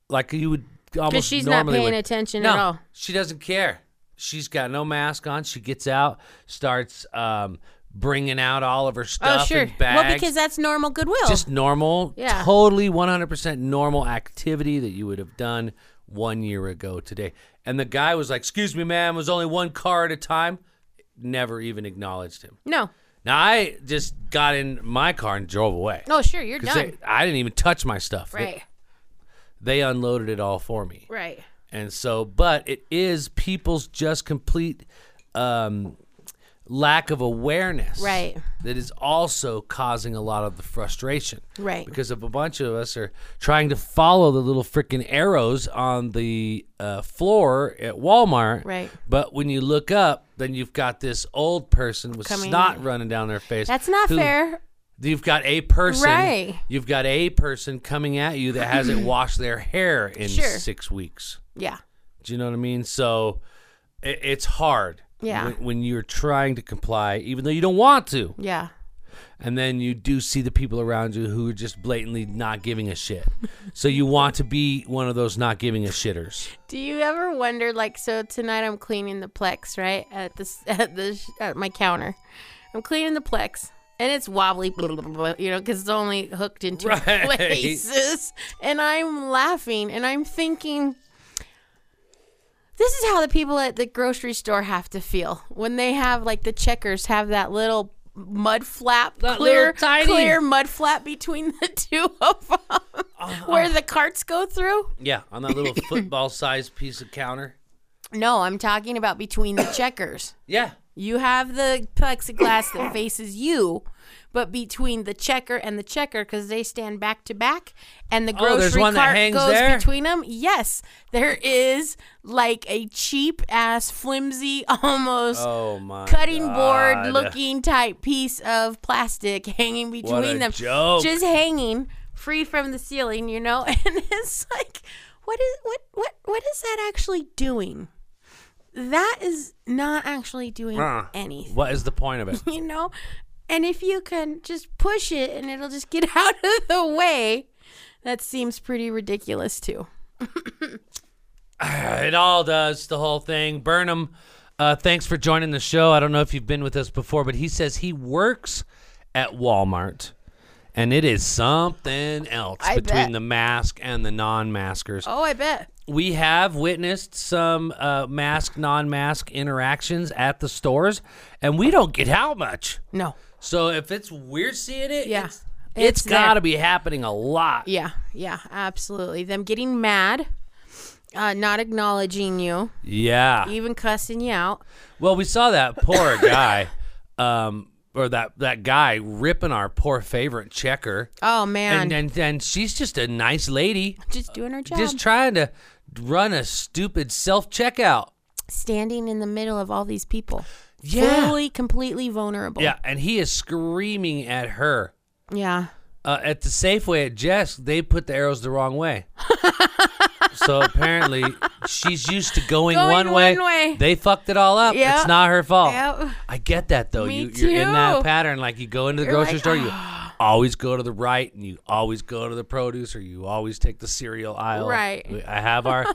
[SPEAKER 1] like you would
[SPEAKER 2] because
[SPEAKER 1] almost
[SPEAKER 2] she's not
[SPEAKER 1] normally
[SPEAKER 2] paying
[SPEAKER 1] would.
[SPEAKER 2] attention
[SPEAKER 1] No,
[SPEAKER 2] at all.
[SPEAKER 1] she doesn't care. She's got no mask on. She gets out, starts um, bringing out all of her stuff
[SPEAKER 2] Oh, sure.
[SPEAKER 1] and bags.
[SPEAKER 2] Well, because that's normal goodwill.
[SPEAKER 1] just normal,
[SPEAKER 2] Yeah.
[SPEAKER 1] totally 100% normal activity that you would have done one year ago today. And the guy was like, "Excuse me, ma'am, it was only one car at a time." Never even acknowledged him.
[SPEAKER 2] no.
[SPEAKER 1] Now I just got in my car and drove away.
[SPEAKER 2] Oh, sure. You're
[SPEAKER 1] 'Cause
[SPEAKER 2] done.
[SPEAKER 1] they- I didn't even touch my stuff. They-
[SPEAKER 2] right.
[SPEAKER 1] they unloaded it all for me.
[SPEAKER 2] Right.
[SPEAKER 1] And so, but it is people's just complete um, lack of awareness.
[SPEAKER 2] Right.
[SPEAKER 1] That is also causing a lot of the frustration.
[SPEAKER 2] Right.
[SPEAKER 1] Because if a bunch of us are trying to follow the little freaking arrows on the uh, floor at Walmart.
[SPEAKER 2] Right.
[SPEAKER 1] But when you look up, then you've got this old person with
[SPEAKER 2] Coming-
[SPEAKER 1] snot running down their face.
[SPEAKER 2] That's not
[SPEAKER 1] who-
[SPEAKER 2] fair.
[SPEAKER 1] You've got a person.
[SPEAKER 2] Right.
[SPEAKER 1] You've got a person coming at you that hasn't washed their hair in
[SPEAKER 2] Sure.
[SPEAKER 1] six weeks.
[SPEAKER 2] Yeah.
[SPEAKER 1] Do you know what I mean? So it, it's hard.
[SPEAKER 2] Yeah.
[SPEAKER 1] When, when you're trying to comply, even though you don't want to.
[SPEAKER 2] Yeah.
[SPEAKER 1] And then you do see the people around you who are just blatantly not giving a shit. so you want to be one of those not giving a shitters.
[SPEAKER 2] Do you ever wonder, like, so tonight I'm cleaning the Plex, right? At this, at this, at my counter, I'm cleaning the Plex, and it's wobbly, blah, blah, blah, blah, you know, because it's only hooked in two
[SPEAKER 1] Right.
[SPEAKER 2] places, and I'm laughing, and I'm thinking. This is how the people at the grocery store have to feel when they have like the checkers have that little mud flap,
[SPEAKER 1] That
[SPEAKER 2] clear,
[SPEAKER 1] little tiny-
[SPEAKER 2] clear mud flap between the two of them,
[SPEAKER 1] Uh-huh.
[SPEAKER 2] where the carts go through.
[SPEAKER 1] Yeah, on that little football sized piece of counter.
[SPEAKER 2] No, I'm talking about between the checkers.
[SPEAKER 1] Yeah.
[SPEAKER 2] You have the plexiglass that faces you, but between the checker and the checker, because they stand back to back, and the
[SPEAKER 1] Oh,
[SPEAKER 2] grocery
[SPEAKER 1] there's one that
[SPEAKER 2] cart
[SPEAKER 1] hangs
[SPEAKER 2] goes
[SPEAKER 1] there?
[SPEAKER 2] between them. Yes, there is like a cheap ass, flimsy, almost
[SPEAKER 1] Oh my.
[SPEAKER 2] cutting
[SPEAKER 1] God.
[SPEAKER 2] board looking type piece of plastic hanging between
[SPEAKER 1] a
[SPEAKER 2] them.
[SPEAKER 1] joke.
[SPEAKER 2] Just hanging free from the ceiling, you know? And it's like what is what what what is that actually doing? That is not actually doing
[SPEAKER 1] Uh-uh.
[SPEAKER 2] anything.
[SPEAKER 1] What is the point of it?
[SPEAKER 2] You know? And if you can just push it and it'll just get out of the way, that seems pretty ridiculous too.
[SPEAKER 1] It all does the whole thing. Burnham, uh, thanks for joining the show. I don't know if you've been with us before, but he says he works at Walmart, and it is something else
[SPEAKER 2] I
[SPEAKER 1] between
[SPEAKER 2] bet.
[SPEAKER 1] the mask and the non-maskers.
[SPEAKER 2] Oh, I bet.
[SPEAKER 1] We have witnessed some uh, mask non-mask interactions at the stores, and we don't get how much.
[SPEAKER 2] No.
[SPEAKER 1] So if it's we're seeing it,
[SPEAKER 2] Yeah.
[SPEAKER 1] it's,
[SPEAKER 2] It's
[SPEAKER 1] it's got
[SPEAKER 2] there.
[SPEAKER 1] to be happening a lot.
[SPEAKER 2] Yeah, yeah, absolutely. Them getting mad, uh, not acknowledging you,
[SPEAKER 1] Yeah.
[SPEAKER 2] even cussing you out.
[SPEAKER 1] Well, we saw that poor guy. Um, or that that guy ripping our poor favorite checker.
[SPEAKER 2] Oh man,
[SPEAKER 1] And, and and she's just a nice lady,
[SPEAKER 2] just doing her job.
[SPEAKER 1] just trying to run a stupid self checkout.
[SPEAKER 2] standing in the middle of all these people.
[SPEAKER 1] Yeah.
[SPEAKER 2] Fully, completely vulnerable.
[SPEAKER 1] Yeah, and he is screaming at her.
[SPEAKER 2] Yeah.
[SPEAKER 1] Uh, at the Safeway at Jess, they put the arrows the wrong way. so apparently, she's used to going,
[SPEAKER 2] Going
[SPEAKER 1] one, way.
[SPEAKER 2] one way.
[SPEAKER 1] They fucked it all up.
[SPEAKER 2] Yeah.
[SPEAKER 1] It's not her fault.
[SPEAKER 2] Yep.
[SPEAKER 1] I get that though.
[SPEAKER 2] Me
[SPEAKER 1] you, You're in that
[SPEAKER 2] too.
[SPEAKER 1] pattern. Like you go into the
[SPEAKER 2] You're
[SPEAKER 1] grocery
[SPEAKER 2] like,
[SPEAKER 1] store, you always go to the right, and you always go to the produce, or you always take the cereal aisle.
[SPEAKER 2] Right.
[SPEAKER 1] We- I have our.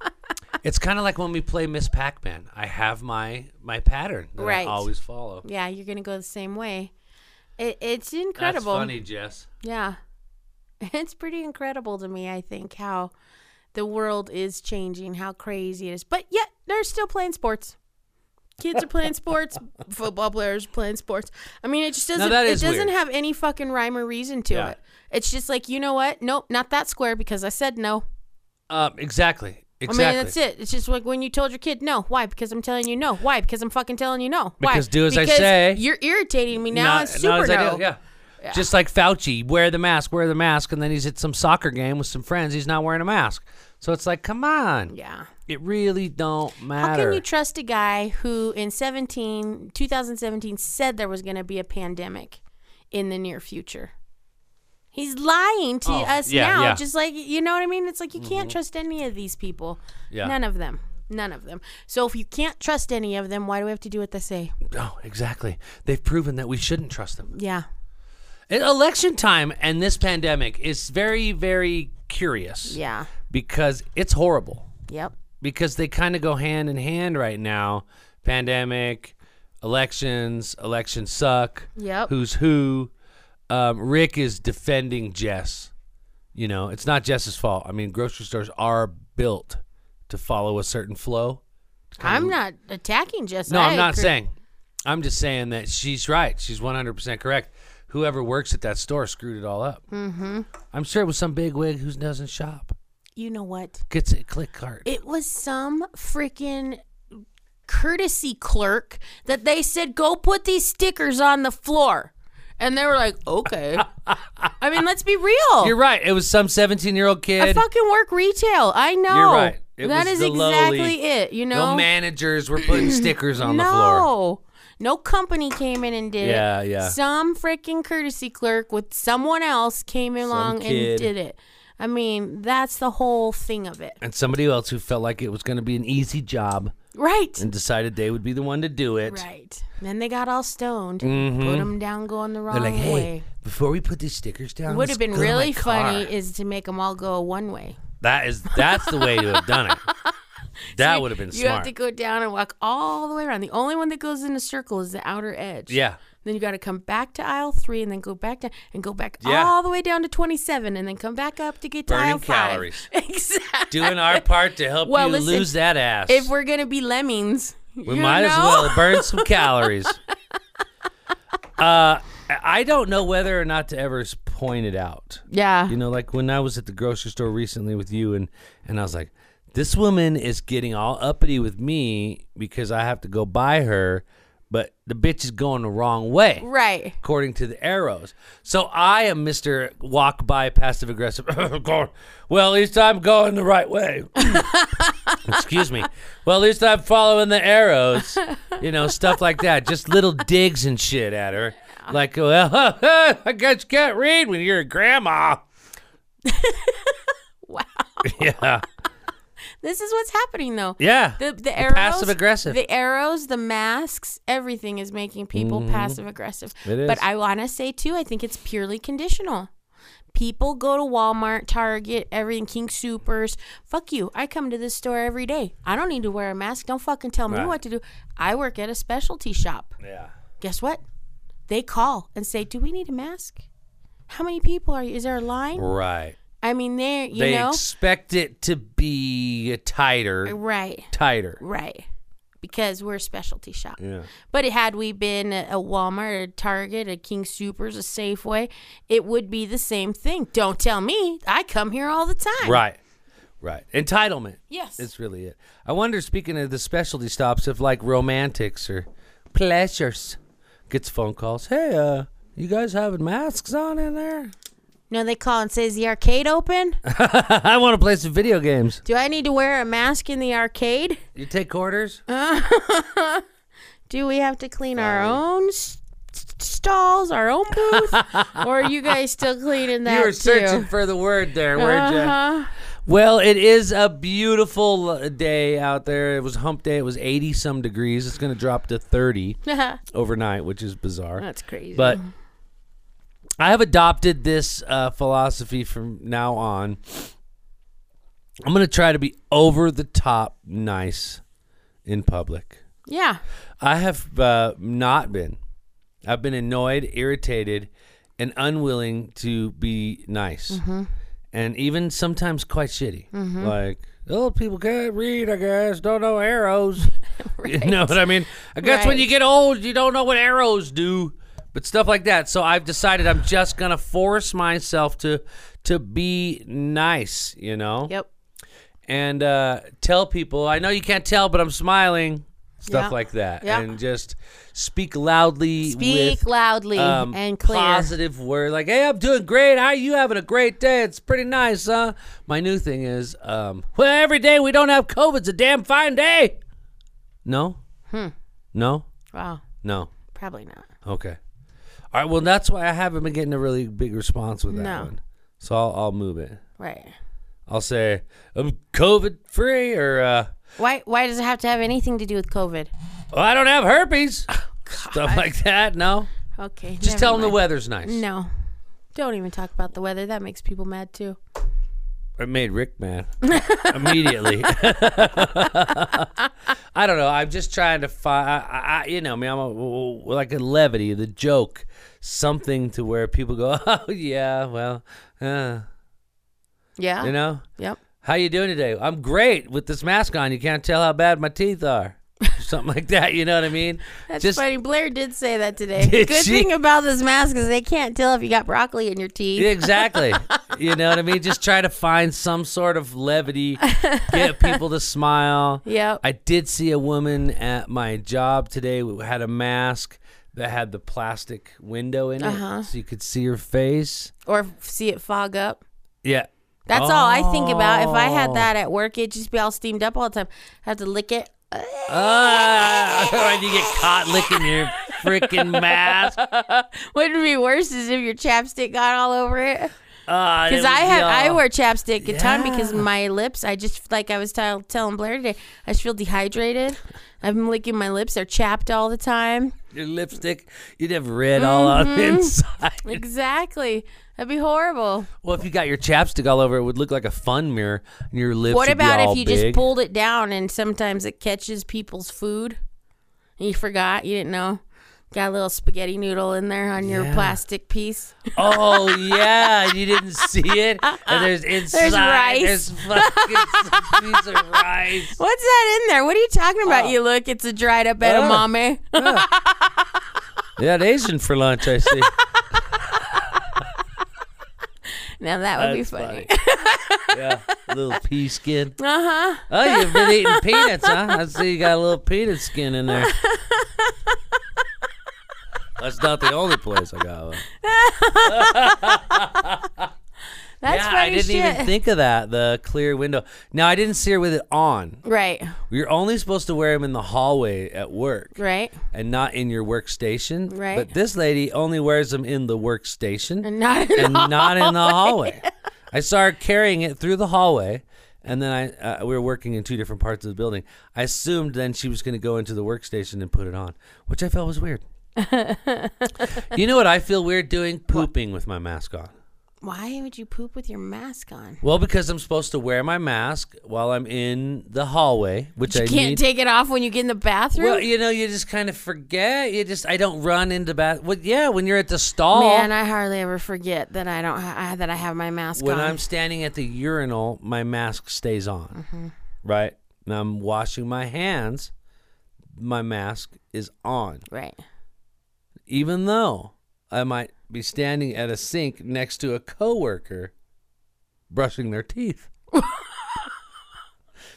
[SPEAKER 1] it's kind of like when we play Miss Pac-Man. I have my my pattern that
[SPEAKER 2] Right.
[SPEAKER 1] I always follow.
[SPEAKER 2] Yeah, you're gonna go the same way. It, it's incredible.
[SPEAKER 1] That's funny, Jess.
[SPEAKER 2] Yeah. It's pretty incredible to me, I think, how the world is changing, how crazy it is. But yet, they're still playing sports. Kids are playing sports, football players are playing sports. I mean, it just doesn't
[SPEAKER 1] that
[SPEAKER 2] it
[SPEAKER 1] is
[SPEAKER 2] doesn't
[SPEAKER 1] weird.
[SPEAKER 2] have any fucking rhyme or reason to
[SPEAKER 1] Yeah.
[SPEAKER 2] it. It's just like, you know what? Nope, not that square because I said no.
[SPEAKER 1] Um, exactly.
[SPEAKER 2] I
[SPEAKER 1] Exactly.
[SPEAKER 2] mean, that's it. It's just like when you told your kid no. Why? Because I'm telling you no. Why? Because I'm fucking telling you no. Why?
[SPEAKER 1] Because do as I
[SPEAKER 2] Because
[SPEAKER 1] say.
[SPEAKER 2] You're irritating me now.
[SPEAKER 1] Not-
[SPEAKER 2] it's
[SPEAKER 1] not as
[SPEAKER 2] super
[SPEAKER 1] I
[SPEAKER 2] no.
[SPEAKER 1] do, yeah. Just like Fauci, wear the mask, wear the mask, and then he's at some soccer game with some friends. He's not wearing a mask, so it's like, come on,
[SPEAKER 2] yeah.
[SPEAKER 1] it really don't matter.
[SPEAKER 2] How can you trust a guy who in 17, 2017 said there was going to be a pandemic in the near future? He's lying to
[SPEAKER 1] Oh,
[SPEAKER 2] us
[SPEAKER 1] yeah,
[SPEAKER 2] now.
[SPEAKER 1] yeah. Mm-hmm.
[SPEAKER 2] Just like, you know what I mean? It's like you can't trust any of these people.
[SPEAKER 1] Yeah.
[SPEAKER 2] None of them. None of them. So if you can't trust any of them, why do we have to do what they say?
[SPEAKER 1] Oh, exactly. They've proven that we shouldn't trust them.
[SPEAKER 2] Yeah.
[SPEAKER 1] And election time and this pandemic is very, very curious
[SPEAKER 2] Yeah.
[SPEAKER 1] because it's horrible.
[SPEAKER 2] Yep.
[SPEAKER 1] Because they kind of go hand in hand right now. Pandemic, elections, elections suck.
[SPEAKER 2] Yep.
[SPEAKER 1] Who's who? Um, Rick is defending Jess. You know, it's not Jess's fault. I mean, grocery stores are built to follow a certain flow.
[SPEAKER 2] I'm not attacking Jess.
[SPEAKER 1] No,
[SPEAKER 2] I
[SPEAKER 1] I'm not
[SPEAKER 2] agree.
[SPEAKER 1] saying. I'm just saying that she's right. She's 100% correct. Whoever works at that store screwed it all up. Mm-hmm. I'm sure it was some bigwig who doesn't shop.
[SPEAKER 2] You know what?
[SPEAKER 1] Gets a click cart.
[SPEAKER 2] It was some freaking courtesy clerk that they said, go put these stickers on the floor. And they were like, okay. I mean, let's be real.
[SPEAKER 1] You're right. It was some 17 year old
[SPEAKER 2] I
[SPEAKER 1] kid.
[SPEAKER 2] fucking work retail. I know.
[SPEAKER 1] You're right. It
[SPEAKER 2] that
[SPEAKER 1] was
[SPEAKER 2] is
[SPEAKER 1] the lowly-
[SPEAKER 2] exactly it. You know?
[SPEAKER 1] No managers were putting stickers on
[SPEAKER 2] no.
[SPEAKER 1] the floor.
[SPEAKER 2] No company came in and did
[SPEAKER 1] Yeah,
[SPEAKER 2] it.
[SPEAKER 1] yeah.
[SPEAKER 2] Some freaking courtesy clerk with someone else came along and
[SPEAKER 1] kid.
[SPEAKER 2] did it. I mean, that's the whole thing of it.
[SPEAKER 1] And somebody else who felt like it was going to be an easy job
[SPEAKER 2] Right.
[SPEAKER 1] and decided they would be the one to do it.
[SPEAKER 2] Right. Then they got all stoned. Put 'em Put them down going the wrong
[SPEAKER 1] Mm-hmm. They're like, hey,
[SPEAKER 2] way.
[SPEAKER 1] before we put these stickers down,
[SPEAKER 2] Would
[SPEAKER 1] let's
[SPEAKER 2] have been
[SPEAKER 1] go to my
[SPEAKER 2] really
[SPEAKER 1] car."
[SPEAKER 2] funny is to make them all go one way.
[SPEAKER 1] That is, that's the way to have done it. That would have been
[SPEAKER 2] You
[SPEAKER 1] smart.
[SPEAKER 2] have to go down and walk all the way around. The only one that goes in a circle is the outer edge.
[SPEAKER 1] yeah.
[SPEAKER 2] Then you got to come back to aisle three and then go back down and go back
[SPEAKER 1] Yeah.
[SPEAKER 2] all the way down to 27 and then come back up to get to
[SPEAKER 1] Burning
[SPEAKER 2] aisle five.
[SPEAKER 1] calories.
[SPEAKER 2] Exactly.
[SPEAKER 1] doing our part to help
[SPEAKER 2] Well,
[SPEAKER 1] you
[SPEAKER 2] listen,
[SPEAKER 1] lose that ass.
[SPEAKER 2] If we're going to be lemmings,
[SPEAKER 1] we might as well burn some calories. Uh, I- I don't know whether or not to ever s- point it out.
[SPEAKER 2] Yeah.
[SPEAKER 1] You know, like when I was at the grocery store recently with you, and and I was like, this woman is getting all uppity with me because I have to go buy her, but the bitch is going the wrong way.
[SPEAKER 2] Right.
[SPEAKER 1] According to the arrows, so I am Mister Walk by passive aggressive. Going, well, at least I'm going the right way. Excuse me. Well, at least I'm following the arrows. You know, stuff like that. Just little digs and shit at her. Like, well, I guess you can't read when you're a grandma.
[SPEAKER 2] Wow.
[SPEAKER 1] Yeah.
[SPEAKER 2] This is what's happening though.
[SPEAKER 1] Yeah.
[SPEAKER 2] The, the arrows,
[SPEAKER 1] passive aggressive.
[SPEAKER 2] The arrows, the masks, everything is making people passive aggressive.
[SPEAKER 1] Mm-hmm. It is.
[SPEAKER 2] But I want to say too, I think it's purely conditional. People go to Walmart, Target, everything, King Supers. Fuck you. I come to this store every day. I don't need to wear a mask. Don't fucking tell me
[SPEAKER 1] Right.
[SPEAKER 2] what to do. I work at a specialty shop.
[SPEAKER 1] yeah.
[SPEAKER 2] Guess what? They call and say, "Do we need a mask? How many people are you? Is there a line?"
[SPEAKER 1] Right.
[SPEAKER 2] I mean, there. You
[SPEAKER 1] they
[SPEAKER 2] know,
[SPEAKER 1] expect it to be tighter.
[SPEAKER 2] right?
[SPEAKER 1] Tighter.
[SPEAKER 2] Right. Because we're a specialty shop.
[SPEAKER 1] Yeah.
[SPEAKER 2] But had we been a a Walmart, a Target, a King Supers, a Safeway, it would be the same thing. Don't tell me. I come here all the time.
[SPEAKER 1] Right. Right. Entitlement.
[SPEAKER 2] Yes.
[SPEAKER 1] It's really it. I wonder, speaking of the specialty stops, if like romantics or pleasures Gets phone calls. Hey, uh, you guys having masks on in there?
[SPEAKER 2] No, they call and say, "Is the arcade open?
[SPEAKER 1] I want to play some video games.
[SPEAKER 2] Do I need to wear a mask in the arcade?
[SPEAKER 1] You take orders?
[SPEAKER 2] Do we have to clean our own s- s- stalls, our own booth, or are you guys still cleaning that
[SPEAKER 1] you were searching
[SPEAKER 2] too?
[SPEAKER 1] for the word there, weren't you?
[SPEAKER 2] Uh-huh.
[SPEAKER 1] Well, it is a beautiful uh, day out there. It was hump day. It was 80 some degrees. It's going to drop to 30 overnight, which is bizarre.
[SPEAKER 2] That's crazy.
[SPEAKER 1] But I have adopted this uh, philosophy from now on. I'm going to try to be over the top nice in public.
[SPEAKER 2] yeah,
[SPEAKER 1] I have uh, not been. I've been annoyed, irritated, and unwilling to be nice, and even sometimes quite shitty. Like, oh, people can't read. I guess don't know arrows. You know what I mean? I guess when
[SPEAKER 2] Right.
[SPEAKER 1] you get old, you don't know what arrows do, but stuff like that. So I've decided I'm just gonna force myself to to be nice. You know
[SPEAKER 2] yep.
[SPEAKER 1] and uh, tell people, I know you can't tell, but I'm smiling, stuff
[SPEAKER 2] Yeah.
[SPEAKER 1] like that,
[SPEAKER 2] Yeah.
[SPEAKER 1] and just speak loudly.
[SPEAKER 2] Speak
[SPEAKER 1] with,
[SPEAKER 2] loudly
[SPEAKER 1] um,
[SPEAKER 2] and clear.
[SPEAKER 1] Positive word, like, "Hey, I'm doing great. How are you having a great day? It's pretty nice, huh?" My new thing is, um, well, every day we don't have COVID. It's a damn fine day. No. Hmm. No.
[SPEAKER 2] Wow,
[SPEAKER 1] No.
[SPEAKER 2] probably not.
[SPEAKER 1] Okay. All right. Well, that's why I haven't been getting a really big response with that
[SPEAKER 2] No.
[SPEAKER 1] one. So I'll, I'll move it.
[SPEAKER 2] Right.
[SPEAKER 1] I'll say I'm COVID free, or uh,
[SPEAKER 2] Why? Why does it have to have anything to do with COVID?
[SPEAKER 1] Well, I don't have herpes. Stuff like that. No.
[SPEAKER 2] Okay.
[SPEAKER 1] Just
[SPEAKER 2] Oh, never
[SPEAKER 1] tell them the
[SPEAKER 2] mind.
[SPEAKER 1] weather's nice.
[SPEAKER 2] No, don't even talk about the weather. That makes people mad too.
[SPEAKER 1] It made Rick mad immediately. I don't know. I'm just trying to find, I, I, I- you know, I mean, I'm a, like a levity, the joke, something to where people go, oh, yeah, well, uh,
[SPEAKER 2] Yeah.
[SPEAKER 1] you know,
[SPEAKER 2] Yep.
[SPEAKER 1] how you doing today? I'm great with this mask on. You can't tell how bad my teeth are. something like that. You know what I mean?
[SPEAKER 2] That's
[SPEAKER 1] just,
[SPEAKER 2] funny. Blair did say that today.
[SPEAKER 1] Did
[SPEAKER 2] Good
[SPEAKER 1] she?
[SPEAKER 2] thing about this mask is they can't tell if you got broccoli in your teeth.
[SPEAKER 1] Yeah, exactly. you know what I mean? Just try to find some sort of levity, get people to smile.
[SPEAKER 2] Yep.
[SPEAKER 1] I did see a woman at my job today who had a mask that had the plastic window in it
[SPEAKER 2] Uh-huh.
[SPEAKER 1] so you could see her face.
[SPEAKER 2] or f- see it fog up.
[SPEAKER 1] Yeah.
[SPEAKER 2] That's all I think about. If I
[SPEAKER 1] Oh.
[SPEAKER 2] had that at work, it'd just be all steamed up all the time. I have to lick it.
[SPEAKER 1] Ah, and you get caught licking your freaking mask.
[SPEAKER 2] Wouldn't be worse is if your chapstick got all over it.
[SPEAKER 1] Ah, it
[SPEAKER 2] Because I
[SPEAKER 1] was
[SPEAKER 2] have, I
[SPEAKER 1] y'all.
[SPEAKER 2] wear chapstick a ton because
[SPEAKER 1] Yeah.
[SPEAKER 2] my lips. I just like I was tell telling Blair today. I just feel dehydrated. I've been licking my lips; they're chapped all the time.
[SPEAKER 1] your lipstick. You'd have red all on the
[SPEAKER 2] Mm-hmm.
[SPEAKER 1] inside.
[SPEAKER 2] Exactly. That'd be horrible.
[SPEAKER 1] Well, if you got your chapstick all over, it would look like a fun mirror, and your lips.
[SPEAKER 2] what
[SPEAKER 1] would be
[SPEAKER 2] about
[SPEAKER 1] all
[SPEAKER 2] if you
[SPEAKER 1] big.
[SPEAKER 2] just pulled it down and sometimes it catches people's food? And you forgot. You didn't know. Got a little spaghetti noodle in there on your
[SPEAKER 1] Yeah.
[SPEAKER 2] plastic piece.
[SPEAKER 1] Oh yeah, you didn't see it. And there's inside.
[SPEAKER 2] rice.
[SPEAKER 1] There's fucking some piece of rice.
[SPEAKER 2] What's that in there? What are you talking about?
[SPEAKER 1] Oh.
[SPEAKER 2] You look, it's a dried up edamame.
[SPEAKER 1] Yeah, Asian for lunch. I see.
[SPEAKER 2] now that would be funny.
[SPEAKER 1] yeah, little pea skin.
[SPEAKER 2] Uh huh.
[SPEAKER 1] Oh, you've been eating peanuts, huh? I see you got a little peanut skin in there. That's not the only place I got one.
[SPEAKER 2] That's
[SPEAKER 1] yeah,
[SPEAKER 2] funny
[SPEAKER 1] I didn't
[SPEAKER 2] shit.
[SPEAKER 1] even think of that. The clear window. Now I didn't see her with it on.
[SPEAKER 2] right.
[SPEAKER 1] You're only supposed to wear them in the hallway at work.
[SPEAKER 2] Right.
[SPEAKER 1] and not in your workstation.
[SPEAKER 2] Right.
[SPEAKER 1] But this lady only wears them in the workstation and,
[SPEAKER 2] And not at all.
[SPEAKER 1] not in the hallway. I saw her carrying it through the hallway, and then I uh, we were working in two different parts of the building. I assumed then she was going to go into the workstation and put it on, which I felt was weird. you know what I feel weird doing? Pooping with my mask on.
[SPEAKER 2] Why would you poop with your mask on?
[SPEAKER 1] Well, because I'm supposed to wear my mask while I'm in the hallway, which I
[SPEAKER 2] You can't
[SPEAKER 1] need
[SPEAKER 2] take it off when you get in the bathroom.
[SPEAKER 1] Well, you know, you just kind of forget. You just I don't run into bath. Well, yeah, when you're at the stall,
[SPEAKER 2] Man, I hardly ever forget that I don't ha- that I have my mask
[SPEAKER 1] when
[SPEAKER 2] on.
[SPEAKER 1] I'm standing at the urinal, my mask stays on.
[SPEAKER 2] Mm-hmm.
[SPEAKER 1] Right, and I'm washing my hands. My mask is on,
[SPEAKER 2] right.
[SPEAKER 1] even though I might be standing at a sink next to a coworker brushing their teeth.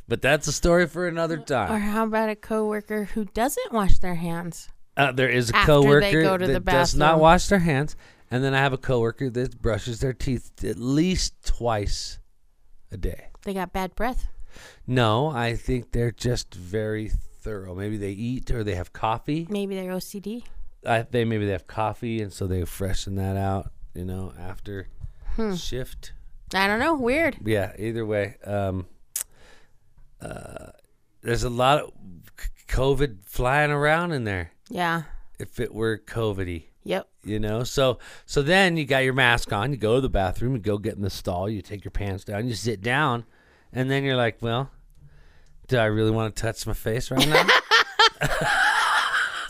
[SPEAKER 1] but that's a story for another
[SPEAKER 2] Or
[SPEAKER 1] time. Ah.
[SPEAKER 2] how about a coworker who doesn't wash their hands?
[SPEAKER 1] uh, there is a
[SPEAKER 2] After they
[SPEAKER 1] coworker
[SPEAKER 2] go to
[SPEAKER 1] that
[SPEAKER 2] the
[SPEAKER 1] does not
[SPEAKER 2] bathroom.
[SPEAKER 1] wash their hands, and then I have a coworker that brushes their teeth at least twice a day.
[SPEAKER 2] They got bad breath.
[SPEAKER 1] No, I think they're just very thorough. Maybe they eat or they have coffee.
[SPEAKER 2] Maybe they're OCD.
[SPEAKER 1] I, they maybe they have coffee, and so they freshen that out. You know, after
[SPEAKER 2] Hmm.
[SPEAKER 1] shift.
[SPEAKER 2] I don't know. Weird.
[SPEAKER 1] Yeah. Either way, um, uh, there's a lot of c- COVID flying around in there.
[SPEAKER 2] Yeah.
[SPEAKER 1] If it were COVIDy.
[SPEAKER 2] Yep.
[SPEAKER 1] you know so so then you got your mask on you go to the bathroom you go get in the stall you take your pants down you sit down and then you're like well do i really want to touch my face right now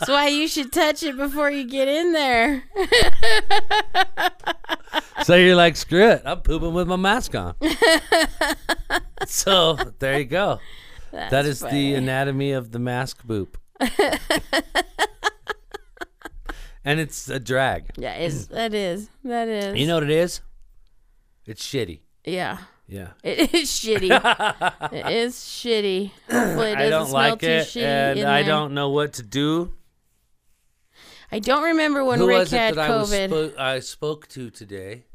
[SPEAKER 2] That's why you should touch it before you get in there.
[SPEAKER 1] so you're like screw it i'm pooping with my mask on so there you go That's the anatomy of the mask boop and it's a drag
[SPEAKER 2] Yeah, it's, that is. That is.
[SPEAKER 1] you know what it is it's shitty
[SPEAKER 2] yeah.
[SPEAKER 1] yeah
[SPEAKER 2] It is shitty. it is shitty. Hopefully it doesn't
[SPEAKER 1] I don't
[SPEAKER 2] smell
[SPEAKER 1] like
[SPEAKER 2] too
[SPEAKER 1] it,
[SPEAKER 2] shitty.
[SPEAKER 1] and
[SPEAKER 2] in
[SPEAKER 1] I
[SPEAKER 2] there.
[SPEAKER 1] don't know what to do.
[SPEAKER 2] I don't remember when
[SPEAKER 1] Who
[SPEAKER 2] Rick
[SPEAKER 1] was it
[SPEAKER 2] had
[SPEAKER 1] that I, was
[SPEAKER 2] COVID.
[SPEAKER 1] spo- I spoke to today?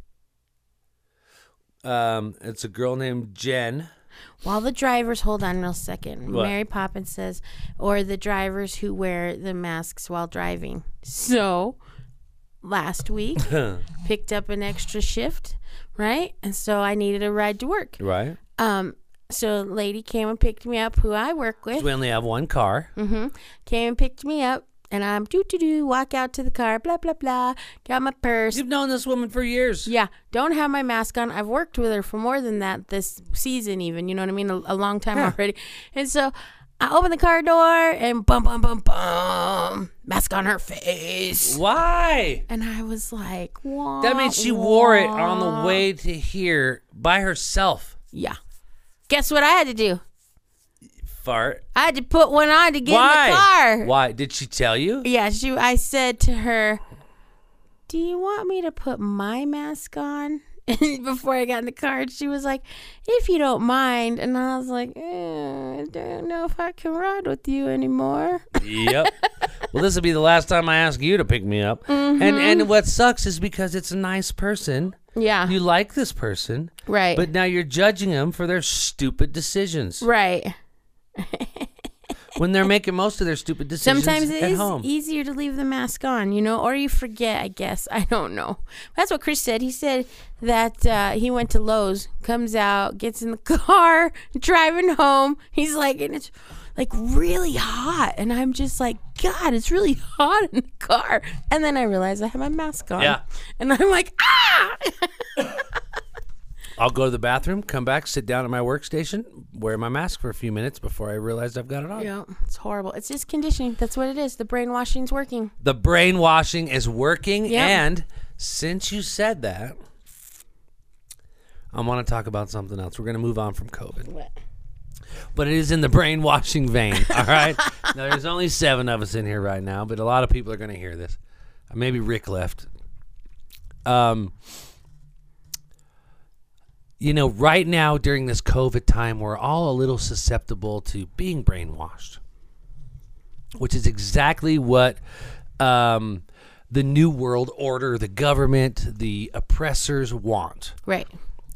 [SPEAKER 1] Um, it's a girl named Jen.
[SPEAKER 2] While the drivers hold on real second,
[SPEAKER 1] What?
[SPEAKER 2] Mary Poppins says, or the drivers who wear the masks while driving. So last week picked up an extra shift, right? And so I needed a ride to work.
[SPEAKER 1] right.
[SPEAKER 2] Um, so a lady came and picked me up who I work with.
[SPEAKER 1] We only have one car.
[SPEAKER 2] hmm Came and picked me up and I'm doo doo doo walk out to the car, blah blah blah. Got my purse.
[SPEAKER 1] You've known this woman for years.
[SPEAKER 2] Yeah, don't have my mask on. I've worked with her for more than that this season, even. You know what I mean? A, a long time already. And so I open the car door and bum, bum, bum, bum, mask on her face.
[SPEAKER 1] Why?
[SPEAKER 2] And I was like, wah,
[SPEAKER 1] That means she
[SPEAKER 2] wah.
[SPEAKER 1] wore it on the way to here by herself.
[SPEAKER 2] Yeah. Guess what I had to do?
[SPEAKER 1] Fart.
[SPEAKER 2] I had to put one on to get
[SPEAKER 1] Why?
[SPEAKER 2] in the car.
[SPEAKER 1] Why did she tell you?
[SPEAKER 2] Yeah, she. I said to her, "Do you want me to put my mask on?" And before I got in the car, and she was like, "If you don't mind," and I was like, eh, "I don't know if I can ride with you anymore."
[SPEAKER 1] yep. Well, this will be the last time I ask you to pick me up.
[SPEAKER 2] Mm-hmm.
[SPEAKER 1] And and what sucks is because it's a nice person.
[SPEAKER 2] Yeah,
[SPEAKER 1] You like this person,
[SPEAKER 2] right,
[SPEAKER 1] but now you're judging them for their stupid decisions
[SPEAKER 2] right.
[SPEAKER 1] when they're making most of their stupid decisions
[SPEAKER 2] Sometimes it
[SPEAKER 1] at
[SPEAKER 2] is e-
[SPEAKER 1] home.
[SPEAKER 2] easier to leave the mask on, you know, or you forget, I guess. I don't know. That's what Chris said. He said that uh, he went to Lowe's, comes out, gets in the car, driving home. He's like, and it's like really hot. And I'm just like, God, it's really hot in the car. And then I realize I have my mask on.
[SPEAKER 1] Yeah.
[SPEAKER 2] And I'm like, ah!
[SPEAKER 1] I'll go to the bathroom, come back, sit down at my workstation, wear my mask for a few minutes before I realize I've got it on.
[SPEAKER 2] yeah, it's horrible. It's just conditioning. That's what it is. The brainwashing's working.
[SPEAKER 1] The brainwashing is working,
[SPEAKER 2] Yeah.
[SPEAKER 1] and since you said that, I want to talk about something else. We're going to move on from COVID. but it is in the brainwashing vein. All right. now there's only seven of us in here right now, but a lot of people are going to hear this. Uh, Maybe Rick left. Um, you know, right now during this COVID time, we're all a little susceptible to being brainwashed, which is exactly what um, the New World Order, the government, the oppressors want
[SPEAKER 2] Right.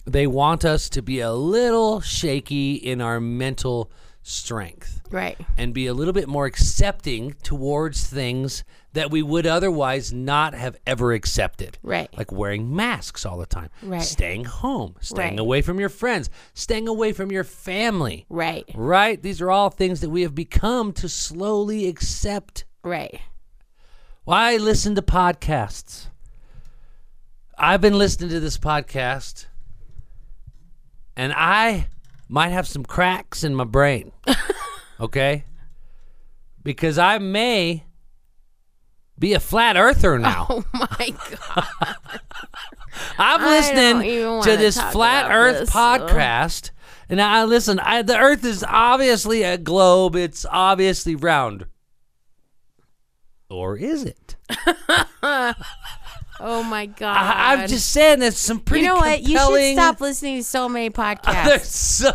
[SPEAKER 1] they want us to be a little shaky in our mental strength
[SPEAKER 2] Right.
[SPEAKER 1] and be a little bit more accepting towards things that we would otherwise not have ever accepted.
[SPEAKER 2] Right.
[SPEAKER 1] Like wearing masks all the time,
[SPEAKER 2] Right.
[SPEAKER 1] staying home, staying
[SPEAKER 2] Right.
[SPEAKER 1] away from your friends, staying away from your family.
[SPEAKER 2] Right.
[SPEAKER 1] Right? These are all things that we have become to slowly accept.
[SPEAKER 2] Right.
[SPEAKER 1] Why listen to podcasts? I've been listening to this podcast and I might have some cracks in my brain. okay? Because I may be a flat earther now.
[SPEAKER 2] Oh my God.
[SPEAKER 1] I'm
[SPEAKER 2] I don't even
[SPEAKER 1] listening
[SPEAKER 2] wanna
[SPEAKER 1] to this
[SPEAKER 2] talk
[SPEAKER 1] flat
[SPEAKER 2] about
[SPEAKER 1] earth
[SPEAKER 2] this, ugh.
[SPEAKER 1] podcast. And I listen, I, the earth is obviously a globe. It's obviously round. Or is it?
[SPEAKER 2] Oh my god!
[SPEAKER 1] I, I'm just saying that's some pretty
[SPEAKER 2] you know what? You should
[SPEAKER 1] compelling.
[SPEAKER 2] stop listening to so many podcasts.
[SPEAKER 1] They're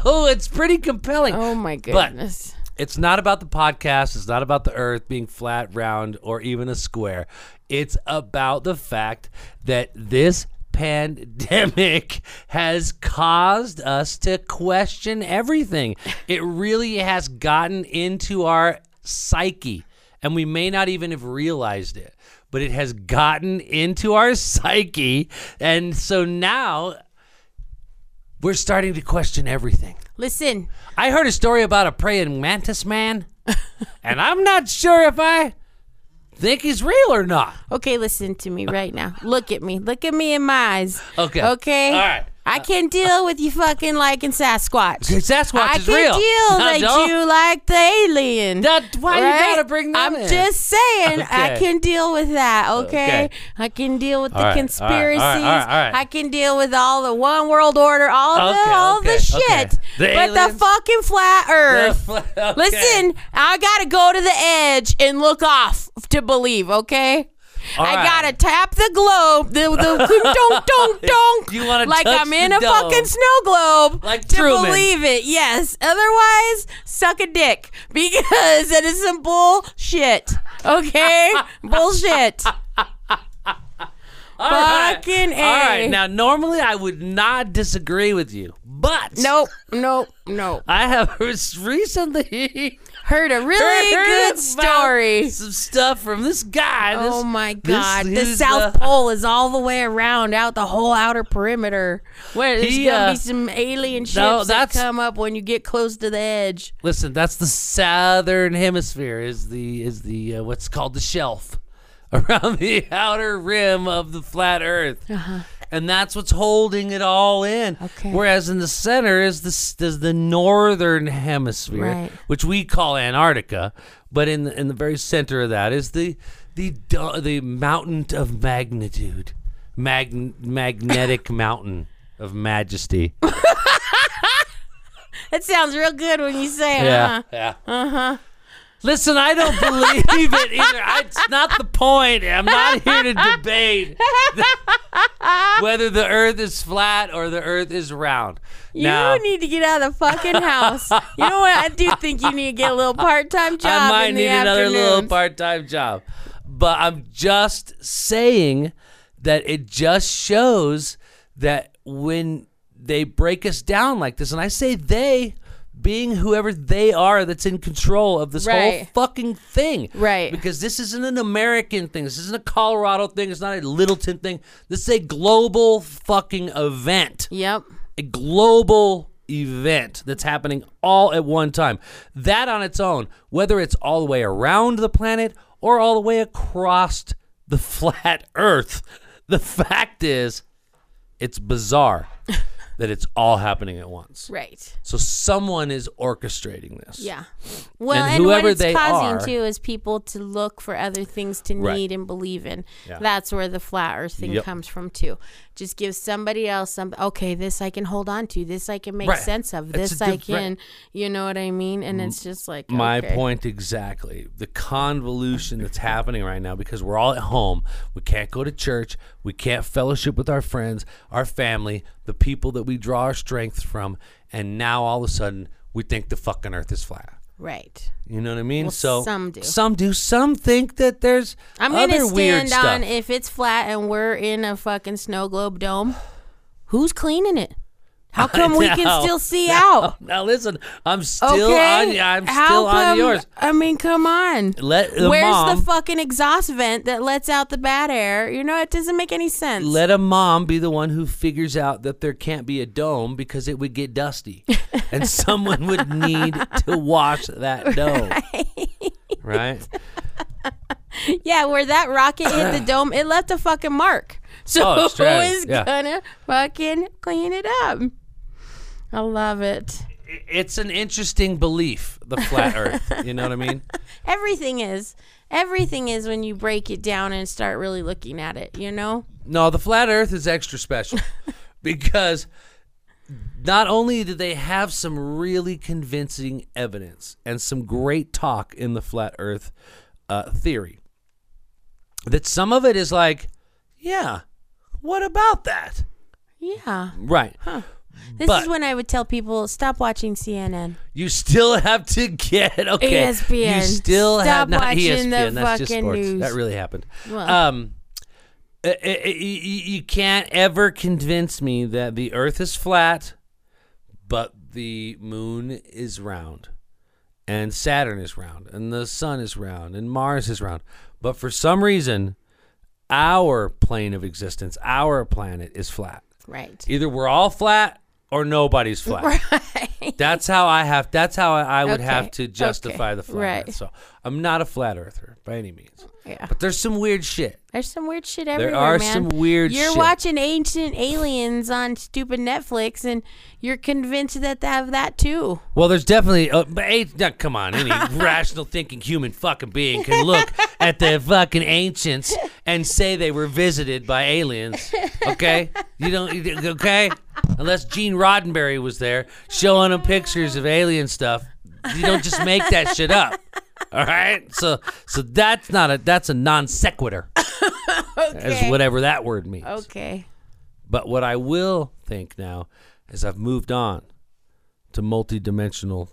[SPEAKER 1] so it's pretty compelling.
[SPEAKER 2] oh my
[SPEAKER 1] But
[SPEAKER 2] goodness!
[SPEAKER 1] It's not about the podcast. It's not about the earth being flat, round, or even a square. It's about the fact that this pandemic has caused us to question everything. It really has gotten into our psyche, and we may not even have realized it, but it has gotten into our psyche. And so now we're starting to question everything.
[SPEAKER 2] Listen,
[SPEAKER 1] I heard a story about a praying mantis man, and I'm not sure if I think he's real or not.
[SPEAKER 2] okay, listen to
[SPEAKER 1] Uh,
[SPEAKER 2] me right now. Look at me. Look at me in my eyes.
[SPEAKER 1] Okay.
[SPEAKER 2] Okay.
[SPEAKER 1] All right.
[SPEAKER 2] I can deal with you fucking liking Sasquatch.
[SPEAKER 1] Okay, Sasquatch
[SPEAKER 2] I
[SPEAKER 1] is
[SPEAKER 2] can
[SPEAKER 1] real.
[SPEAKER 2] deal
[SPEAKER 1] No,
[SPEAKER 2] that
[SPEAKER 1] don't.
[SPEAKER 2] you like the alien.
[SPEAKER 1] That- why you gotta bring them
[SPEAKER 2] I'm
[SPEAKER 1] in?
[SPEAKER 2] just saying I
[SPEAKER 1] Okay.
[SPEAKER 2] can deal with that. Okay,
[SPEAKER 1] Okay.
[SPEAKER 2] I can deal with
[SPEAKER 1] All
[SPEAKER 2] the
[SPEAKER 1] right, all right, all right,
[SPEAKER 2] conspiracies.
[SPEAKER 1] all right.
[SPEAKER 2] I can deal with all the one world order, all
[SPEAKER 1] Okay,
[SPEAKER 2] the all
[SPEAKER 1] okay,
[SPEAKER 2] the shit.
[SPEAKER 1] okay. The
[SPEAKER 2] but the
[SPEAKER 1] aliens?
[SPEAKER 2] fucking flat Earth.
[SPEAKER 1] Okay.
[SPEAKER 2] Listen, I gotta go to the edge and look off to believe, okay?
[SPEAKER 1] All
[SPEAKER 2] I
[SPEAKER 1] right.
[SPEAKER 2] gotta tap the globe, the, the donk donk donk,
[SPEAKER 1] You wanna
[SPEAKER 2] like
[SPEAKER 1] touch
[SPEAKER 2] I'm in
[SPEAKER 1] the
[SPEAKER 2] a fucking
[SPEAKER 1] dome.
[SPEAKER 2] snow globe,
[SPEAKER 1] Like
[SPEAKER 2] to
[SPEAKER 1] Truman.
[SPEAKER 2] believe it. Yes, otherwise suck a dick because it is some bullshit. Okay, bullshit.
[SPEAKER 1] All right.
[SPEAKER 2] Fucking A.
[SPEAKER 1] All right. Now, normally I would not disagree with you, but
[SPEAKER 2] Nope, nope, nope.
[SPEAKER 1] I have recently
[SPEAKER 2] Heard a really
[SPEAKER 1] heard
[SPEAKER 2] good
[SPEAKER 1] about
[SPEAKER 2] story.
[SPEAKER 1] Some stuff from this guy.
[SPEAKER 2] Oh
[SPEAKER 1] this-
[SPEAKER 2] my
[SPEAKER 1] this-
[SPEAKER 2] God! the
[SPEAKER 1] he's,
[SPEAKER 2] South
[SPEAKER 1] uh,
[SPEAKER 2] Pole is all the way around, out the whole outer perimeter. Where there's
[SPEAKER 1] He,
[SPEAKER 2] gonna
[SPEAKER 1] uh,
[SPEAKER 2] be some alien ships that
[SPEAKER 1] that's-
[SPEAKER 2] come up when you get close to the edge.
[SPEAKER 1] Listen, that's the southern hemisphere. Is the is the uh, what's called the shelf around the outer rim of the flat Earth, and that's what's holding it all in.
[SPEAKER 2] Uh-huh. Okay.
[SPEAKER 1] Whereas in the center is the s- is the northern hemisphere,
[SPEAKER 2] Right.
[SPEAKER 1] which we call Antarctica, but in the, in the very center of that is the the du- the mountain of magnitude, Magn- magnetic mountain of majesty.
[SPEAKER 2] That sounds real good when you say it.
[SPEAKER 1] Yeah.
[SPEAKER 2] huh?
[SPEAKER 1] Yeah. Uh huh. Listen, I don't believe it either. I, it's not the point. I'm not here to debate whether the earth is flat or the earth is round.
[SPEAKER 2] You
[SPEAKER 1] now,
[SPEAKER 2] need to get out of the fucking house. you know what? I do think you need to get a little part-time job.
[SPEAKER 1] I might
[SPEAKER 2] in the
[SPEAKER 1] need another little
[SPEAKER 2] afternoons.
[SPEAKER 1] part time job. But I'm just saying that it just shows that when they break us down like this, and I say they being whoever they are that's in control of this whole
[SPEAKER 2] Right.
[SPEAKER 1] fucking thing.
[SPEAKER 2] Right.
[SPEAKER 1] Because this isn't an American thing. This isn't a Colorado thing. It's not a Littleton thing. This is a global fucking event
[SPEAKER 2] Yep.
[SPEAKER 1] a global event that's happening all at one time. That on its own, whether it's all the way around the planet or all the way across the flat earth, the fact is it's bizarre that it's all happening at once.
[SPEAKER 2] Right.
[SPEAKER 1] So someone is orchestrating this.
[SPEAKER 2] Yeah. Well,
[SPEAKER 1] And
[SPEAKER 2] and, what
[SPEAKER 1] whoever
[SPEAKER 2] it's
[SPEAKER 1] they
[SPEAKER 2] causing
[SPEAKER 1] are-
[SPEAKER 2] too is people to look for other things to
[SPEAKER 1] Right.
[SPEAKER 2] need and believe in.
[SPEAKER 1] Yeah.
[SPEAKER 2] That's where the flat earth thing
[SPEAKER 1] Yep.
[SPEAKER 2] comes from too. Just give somebody else some okay, this I can hold on to, this I can make
[SPEAKER 1] Right.
[SPEAKER 2] sense of,
[SPEAKER 1] It's a
[SPEAKER 2] this I
[SPEAKER 1] diff- right.
[SPEAKER 2] can, you know what I mean? And it's just like
[SPEAKER 1] My
[SPEAKER 2] okay.
[SPEAKER 1] point exactly. The convolution that's happening right now because we're all at home. We can't go to church. We can't fellowship with our friends, our family, the people that we draw our strength from. And now all of a sudden, we think the fucking earth is flat.
[SPEAKER 2] Right.
[SPEAKER 1] You know what I mean? so
[SPEAKER 2] some do.
[SPEAKER 1] Some do. Some think that there's
[SPEAKER 2] I'm
[SPEAKER 1] other
[SPEAKER 2] gonna
[SPEAKER 1] weird
[SPEAKER 2] stand
[SPEAKER 1] stuff.
[SPEAKER 2] on if it's flat and we're in a fucking snow globe dome, who's cleaning it? How come we can
[SPEAKER 1] know.
[SPEAKER 2] still see out?
[SPEAKER 1] now listen, I'm still on.
[SPEAKER 2] Okay.
[SPEAKER 1] I'm
[SPEAKER 2] How
[SPEAKER 1] still on
[SPEAKER 2] come-
[SPEAKER 1] yours.
[SPEAKER 2] I mean, come on.
[SPEAKER 1] Let the
[SPEAKER 2] Where's
[SPEAKER 1] mom,
[SPEAKER 2] the fucking exhaust vent that lets out the bad air? You know, it doesn't make any sense.
[SPEAKER 1] let a mom be the one who figures out that there can't be a dome because it would get dusty and someone would need to wash that dome right
[SPEAKER 2] yeah, where that rocket hit the dome, it left a fucking mark. So
[SPEAKER 1] Oh, it's
[SPEAKER 2] who
[SPEAKER 1] tragic,
[SPEAKER 2] is
[SPEAKER 1] yeah.
[SPEAKER 2] gonna fucking clean it up? I love it.
[SPEAKER 1] it's an interesting belief the flat earth you know what i mean
[SPEAKER 2] Everything is. Everything is when you break it down and start really looking at it, you know?
[SPEAKER 1] no the flat earth is extra special because not only did they have some really convincing evidence and some great talk in the flat earth uh, theory that some of it is like yeah what about that
[SPEAKER 2] Yeah.
[SPEAKER 1] Right.
[SPEAKER 2] This
[SPEAKER 1] But-
[SPEAKER 2] is when I would tell people stop watching CNN.
[SPEAKER 1] You still have to get okay.
[SPEAKER 2] ESPN.
[SPEAKER 1] You still
[SPEAKER 2] Stop
[SPEAKER 1] have not E ESPN.
[SPEAKER 2] watching the
[SPEAKER 1] that's just
[SPEAKER 2] fucking
[SPEAKER 1] sports.
[SPEAKER 2] news.
[SPEAKER 1] That really happened.
[SPEAKER 2] Well.
[SPEAKER 1] Um, i- i- i- y- you can't ever convince me that the Earth is flat, but the Moon is round, and Saturn is round, and the Sun is round, and Mars is round. But for some reason, our plane of existence, our planet, is flat.
[SPEAKER 2] Right.
[SPEAKER 1] Either we're all flat or nobody's flat. That's how I have. That's how I, I would
[SPEAKER 2] Okay,
[SPEAKER 1] have to justify
[SPEAKER 2] okay,
[SPEAKER 1] the flat
[SPEAKER 2] right.
[SPEAKER 1] Earth. So I'm not a flat earther by any means.
[SPEAKER 2] Yeah.
[SPEAKER 1] But there's some weird shit.
[SPEAKER 2] There's some weird shit everywhere,
[SPEAKER 1] are
[SPEAKER 2] man.
[SPEAKER 1] some weird
[SPEAKER 2] You're
[SPEAKER 1] shit.
[SPEAKER 2] watching Ancient Aliens on stupid Netflix, and you're convinced that they have that too.
[SPEAKER 1] Well, there's definitely. Uh, but ain't- now, come on, any rational thinking human fucking being can look at the fucking ancients and say they were visited by aliens. Okay, you don't. you- Okay, unless Gene Roddenberry was there showing them pictures of alien stuff, you don't just make that shit up. All right, so so that's not a that's a non sequitur. as whatever that word means.
[SPEAKER 2] Okay.
[SPEAKER 1] But what I will think now is I've moved on to multidimensional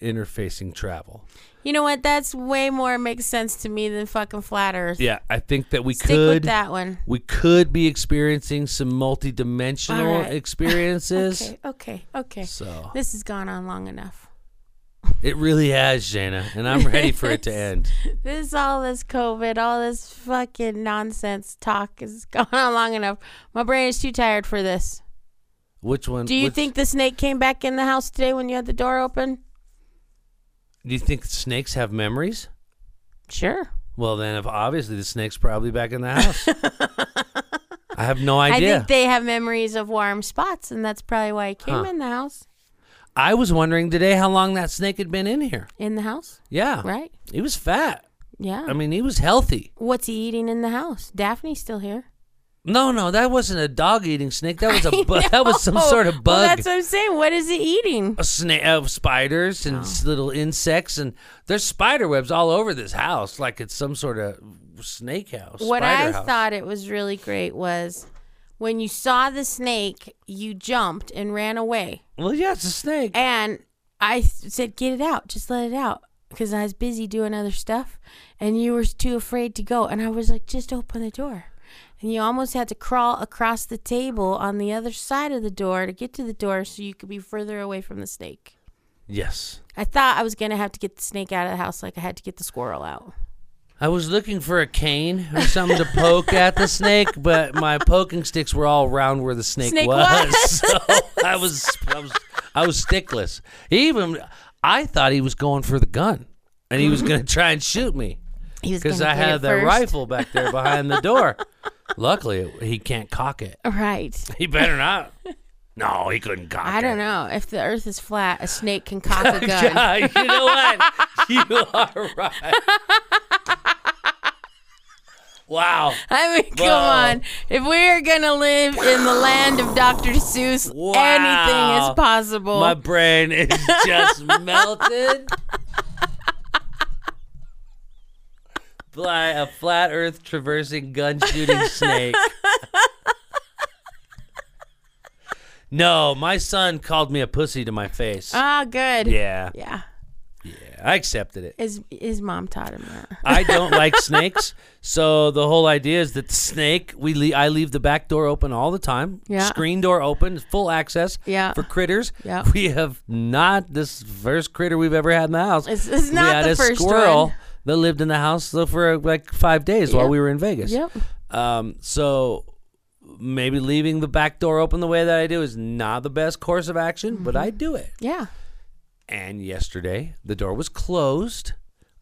[SPEAKER 1] interfacing travel.
[SPEAKER 2] You know what? That's way more makes sense to me than fucking flat Earth.
[SPEAKER 1] Yeah, I think that we
[SPEAKER 2] Stick with
[SPEAKER 1] could
[SPEAKER 2] that one.
[SPEAKER 1] we could be experiencing some multidimensional
[SPEAKER 2] All right.
[SPEAKER 1] experiences.
[SPEAKER 2] Okay. Okay. Okay.
[SPEAKER 1] So
[SPEAKER 2] This has gone on long enough.
[SPEAKER 1] it really has, Jana, and I'm ready for it to end.
[SPEAKER 2] This all this COVID, all this fucking nonsense talk has gone on long enough. My brain is too tired for this.
[SPEAKER 1] Which one?
[SPEAKER 2] Do you
[SPEAKER 1] which-
[SPEAKER 2] think the snake came back in the house today when you had the door open?
[SPEAKER 1] Do you think snakes have memories?
[SPEAKER 2] Sure.
[SPEAKER 1] Well, then, if obviously the snake's probably back in the house. I have no
[SPEAKER 2] I
[SPEAKER 1] idea.
[SPEAKER 2] think they have memories of warm spots, and that's probably why he came
[SPEAKER 1] Huh.
[SPEAKER 2] in the house.
[SPEAKER 1] I was wondering today how long that snake had been in here.
[SPEAKER 2] In the house,
[SPEAKER 1] Yeah.
[SPEAKER 2] right?
[SPEAKER 1] He was fat.
[SPEAKER 2] Yeah.
[SPEAKER 1] I mean, he was healthy.
[SPEAKER 2] What's he eating in the house? Daphne's still here.
[SPEAKER 1] No, no, that wasn't a dog eating snake. That was a
[SPEAKER 2] I
[SPEAKER 1] bu- that was some
[SPEAKER 2] know.
[SPEAKER 1] sort of
[SPEAKER 2] Well,
[SPEAKER 1] bug.
[SPEAKER 2] that's what I'm saying. What is he eating?
[SPEAKER 1] a snake of spiders
[SPEAKER 2] Oh.
[SPEAKER 1] and s- little insects and there's spider webs all over this house like it's some sort of snake house.
[SPEAKER 2] what
[SPEAKER 1] spider
[SPEAKER 2] I
[SPEAKER 1] house.
[SPEAKER 2] thought it was really great was when you saw the snake, you jumped and ran away.
[SPEAKER 1] Well, yeah, it's a snake.
[SPEAKER 2] And I s- said, "Get it out! Just let it out." Because I was busy doing other stuff, and you were too afraid to go. And I was like, "Just open the door." And you almost had to crawl across the table on the other side of the door to get to the door, so you could be further away from the snake.
[SPEAKER 1] yes.
[SPEAKER 2] I thought I was gonna have to get the snake out of the house, like I had to get the squirrel out.
[SPEAKER 1] I was looking for a cane or something to poke at the snake, but my poking sticks were all around where the snake,
[SPEAKER 2] Snake was.
[SPEAKER 1] so I was I was I was stickless. He even I thought he was going for the gun and he was going to try and shoot me
[SPEAKER 2] He was
[SPEAKER 1] because
[SPEAKER 2] gonna
[SPEAKER 1] I
[SPEAKER 2] get it
[SPEAKER 1] had the
[SPEAKER 2] first.
[SPEAKER 1] rifle back there behind the door. Luckily, it- he can't cock it.
[SPEAKER 2] Right.
[SPEAKER 1] He better not. No, he couldn't cock
[SPEAKER 2] I
[SPEAKER 1] it.
[SPEAKER 2] don't know if the Earth is flat. A snake can cock a gun.
[SPEAKER 1] Yeah, you know what? you are right. Wow.
[SPEAKER 2] I mean, come
[SPEAKER 1] Wow.
[SPEAKER 2] on. If we are going to live in the land of Dr. Seuss,
[SPEAKER 1] Wow.
[SPEAKER 2] anything is possible.
[SPEAKER 1] My brain is just melted by a flat earth traversing gun shooting snake. No, my son called me a pussy to my face.
[SPEAKER 2] Ah, good.
[SPEAKER 1] yeah,
[SPEAKER 2] Yeah.
[SPEAKER 1] I accepted it.
[SPEAKER 2] His, his mom taught him that.
[SPEAKER 1] I don't like snakes, so the whole idea is that the snake we le- I leave the back door open all the time,
[SPEAKER 2] Yeah.
[SPEAKER 1] screen door open, full access
[SPEAKER 2] Yeah.
[SPEAKER 1] for critters.
[SPEAKER 2] Yeah.
[SPEAKER 1] We have not this first critter we've ever had in the house.
[SPEAKER 2] It's- it's
[SPEAKER 1] we
[SPEAKER 2] not
[SPEAKER 1] had
[SPEAKER 2] the
[SPEAKER 1] a
[SPEAKER 2] first
[SPEAKER 1] squirrel
[SPEAKER 2] one.
[SPEAKER 1] that lived in the house uh, for like five days while
[SPEAKER 2] Yep.
[SPEAKER 1] we were in Vegas.
[SPEAKER 2] Yep.
[SPEAKER 1] Um, so maybe leaving the back door open the way that I do is not the best course of action, but
[SPEAKER 2] Mm-hmm.
[SPEAKER 1] I do it.
[SPEAKER 2] Yeah.
[SPEAKER 1] And yesterday, the door was closed.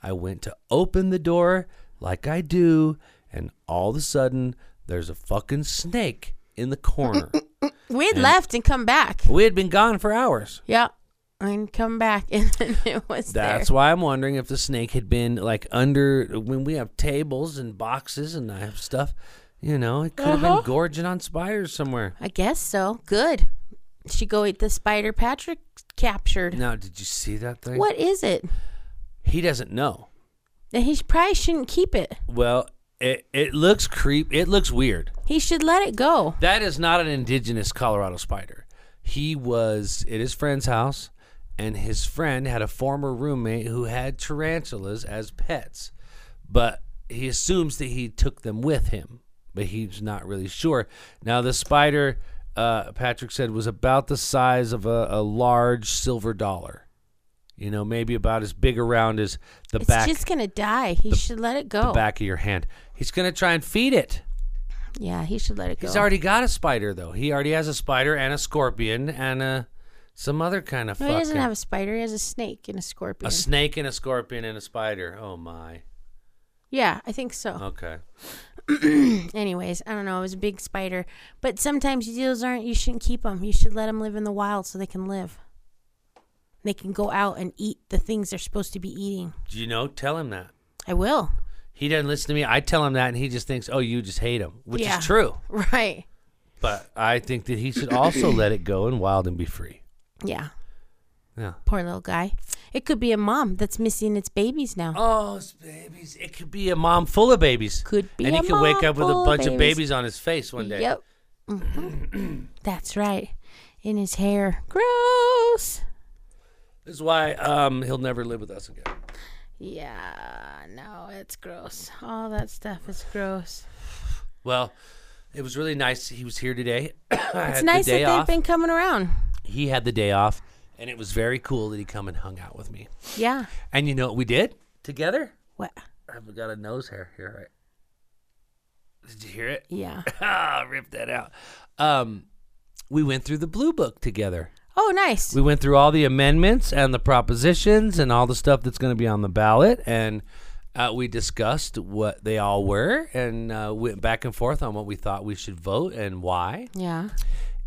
[SPEAKER 1] I went to open the door like I do, and all of a sudden, there's a fucking snake in the corner.
[SPEAKER 2] We had left and come back.
[SPEAKER 1] we had been gone for hours.
[SPEAKER 2] Yeah. And come back. And then it was
[SPEAKER 1] That's
[SPEAKER 2] there.
[SPEAKER 1] why I'm wondering if the snake had been like under when we have tables and boxes and I have stuff, you know, it could have
[SPEAKER 2] Uh-huh.
[SPEAKER 1] been gorging on spiders somewhere.
[SPEAKER 2] I guess so. Good. She go eat the spider Patrick captured.
[SPEAKER 1] Now, did you see that thing?
[SPEAKER 2] What is it?
[SPEAKER 1] He doesn't know.
[SPEAKER 2] And he probably shouldn't keep it.
[SPEAKER 1] Well, it, it looks creep. It looks weird.
[SPEAKER 2] He should let it go.
[SPEAKER 1] That is not an indigenous Colorado spider. He was at his friend's house, and his friend had a former roommate who had tarantulas as pets, but he assumes that he took them with him, but he's not really sure. Now, the spider, uh, Patrick said, was about the size of a, a large silver dollar. You know, maybe about as big around as the
[SPEAKER 2] It's
[SPEAKER 1] back
[SPEAKER 2] just gonna die. He should let it go.
[SPEAKER 1] the back of your hand. He's gonna try and feed it.
[SPEAKER 2] Yeah, he should let it go.
[SPEAKER 1] He's already got a spider though. He already has a spider and a scorpion and a some other kind of
[SPEAKER 2] no, he
[SPEAKER 1] fucking
[SPEAKER 2] doesn't have a spider. He has a snake and a scorpion.
[SPEAKER 1] a snake and a scorpion and a spider. Oh my.
[SPEAKER 2] yeah, I think so.
[SPEAKER 1] Okay.
[SPEAKER 2] Anyways, I don't know. It was a big spider, but sometimes those aren't. You shouldn't keep them. You should let them live in the wild so they can live. They can go out and eat the things they're supposed to be eating.
[SPEAKER 1] Do you know? Tell him that.
[SPEAKER 2] I will.
[SPEAKER 1] He doesn't listen to me. I tell him that and he just thinks, "Oh, you just hate him," which
[SPEAKER 2] Yeah.
[SPEAKER 1] is true.
[SPEAKER 2] Right.
[SPEAKER 1] But I think that he should also let it go and wild and be free.
[SPEAKER 2] Yeah.
[SPEAKER 1] Yeah.
[SPEAKER 2] Poor little guy. It could be a mom that's missing its babies now.
[SPEAKER 1] Oh, it's babies. It could be a mom full of babies.
[SPEAKER 2] Could be
[SPEAKER 1] And
[SPEAKER 2] a
[SPEAKER 1] he could wake
[SPEAKER 2] mom
[SPEAKER 1] up with a
[SPEAKER 2] full of
[SPEAKER 1] bunch of
[SPEAKER 2] babies.
[SPEAKER 1] babies on his face one day.
[SPEAKER 2] Yep. Mhm. that's right. In his hair. Gross.
[SPEAKER 1] This is why um, he'll never live with us again.
[SPEAKER 2] Yeah. No, it's gross. All that stuff is gross.
[SPEAKER 1] Well, it was really nice. He was here today.
[SPEAKER 2] It's nice
[SPEAKER 1] the
[SPEAKER 2] that
[SPEAKER 1] day
[SPEAKER 2] they've
[SPEAKER 1] off.
[SPEAKER 2] been coming around.
[SPEAKER 1] He had the day off, and it was very cool that he come and hung out with me.
[SPEAKER 2] Yeah.
[SPEAKER 1] And you know what we did together?
[SPEAKER 2] What?
[SPEAKER 1] I've got a nose hair here. Right? Did you hear it?
[SPEAKER 2] Yeah.
[SPEAKER 1] Ah, rip that out. Um, we went through the blue book together.
[SPEAKER 2] Oh, nice.
[SPEAKER 1] We went through all the amendments and the propositions and all the stuff that's going to be on the ballot, and uh, we discussed what they all were and uh, went back and forth on what we thought we should vote and why.
[SPEAKER 2] yeah.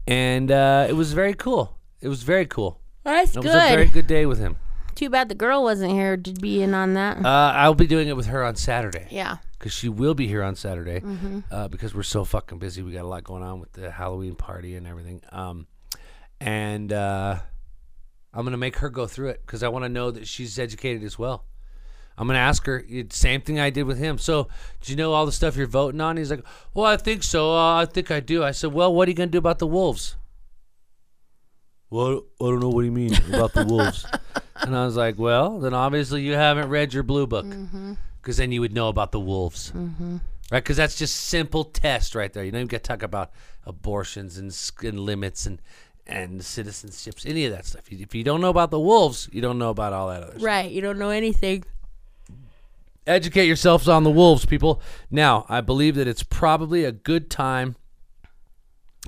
[SPEAKER 1] and uh, it was very cool. It was very cool.
[SPEAKER 2] That's
[SPEAKER 1] It
[SPEAKER 2] good.
[SPEAKER 1] was a very good day with him.
[SPEAKER 2] Too bad the girl wasn't here to be in on that.
[SPEAKER 1] Uh, I'll be doing it with her on Saturday
[SPEAKER 2] yeah.
[SPEAKER 1] because she will be here on Saturday uh, because we're so fucking busy. We got a lot going on with the Halloween party and everything. Um, and uh, I'm gonna make her go through it because I want to know that she's educated as well. I'm gonna ask her it- same thing I did with him. So, do you know all the stuff you're voting on? He's like, "Well, I think so. Uh, I think I do." I said, "Well, what are you gonna do about the wolves?" Well, I don't know what you mean about the wolves. and I was like, "Well, then obviously you haven't read your blue book, because then you would know about the wolves, right? Because that's just simple test right there. You don't even got to talk about abortions and skin limits and and citizenships, any of that stuff. If you don't know about the wolves, you don't know about all that other stuff."
[SPEAKER 2] Right. You don't know anything.
[SPEAKER 1] educate yourselves on the wolves, people. Now, I believe that it's probably a good time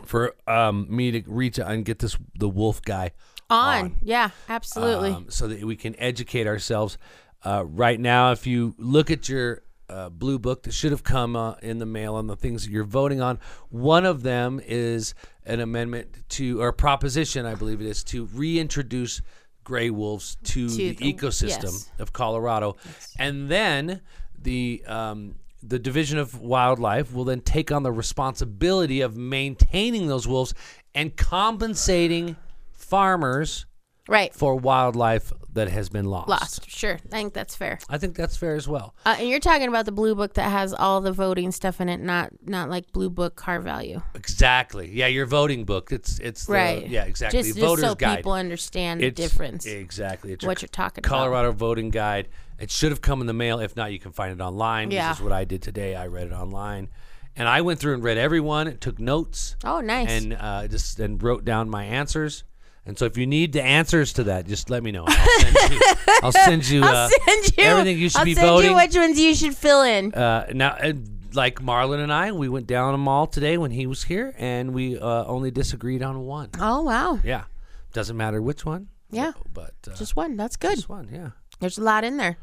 [SPEAKER 1] for um, me to reach out and get this the wolf guy
[SPEAKER 2] On. Yeah. Absolutely.
[SPEAKER 1] um, so that we can educate ourselves. Uh, right now, if you look at your uh, blue book that should have come uh, in the mail on the things that you're voting on, one of them is an amendment to, or a proposition, I believe it is, to reintroduce gray wolves to, the,
[SPEAKER 2] the-
[SPEAKER 1] ecosystem
[SPEAKER 2] yes.
[SPEAKER 1] of Colorado. And then the. Um, the Division of Wildlife will then take on the responsibility of maintaining those wolves and compensating farmers
[SPEAKER 2] right.
[SPEAKER 1] for wildlife that has been lost.
[SPEAKER 2] Lost. Sure. I think that's fair.
[SPEAKER 1] I think that's fair as well.
[SPEAKER 2] Uh, and you're talking about the blue book that has all the voting stuff in it, not not like blue book car value.
[SPEAKER 1] Exactly. Yeah, your voting book. It's it's the-
[SPEAKER 2] Right.
[SPEAKER 1] yeah, exactly.
[SPEAKER 2] Just,
[SPEAKER 1] Voter's
[SPEAKER 2] just so
[SPEAKER 1] guide.
[SPEAKER 2] people understand the
[SPEAKER 1] It's-
[SPEAKER 2] difference.
[SPEAKER 1] Exactly. It's
[SPEAKER 2] what you're talking about.
[SPEAKER 1] Colorado voting guide. It should have come in the mail. If not, you can find it online.
[SPEAKER 2] Yeah.
[SPEAKER 1] This is what I did today. I read it online, and I went through and read everyone. Took notes.
[SPEAKER 2] Oh, nice.
[SPEAKER 1] And uh, just and wrote down my answers. And so, if you need the answers to that, just let me know. I'll send you. I'll send you, uh,
[SPEAKER 2] I'll send you
[SPEAKER 1] everything you should
[SPEAKER 2] I'll
[SPEAKER 1] be
[SPEAKER 2] send
[SPEAKER 1] voting.
[SPEAKER 2] you which ones you should fill in.
[SPEAKER 1] Uh, now, uh, like Marlon and I, we went down a mall today when he was here, and we uh, only disagreed on one.
[SPEAKER 2] oh wow.
[SPEAKER 1] Yeah, doesn't matter which one.
[SPEAKER 2] Yeah.
[SPEAKER 1] but uh, just
[SPEAKER 2] Just one. That's good.
[SPEAKER 1] one. Yeah,
[SPEAKER 2] There's a lot in there.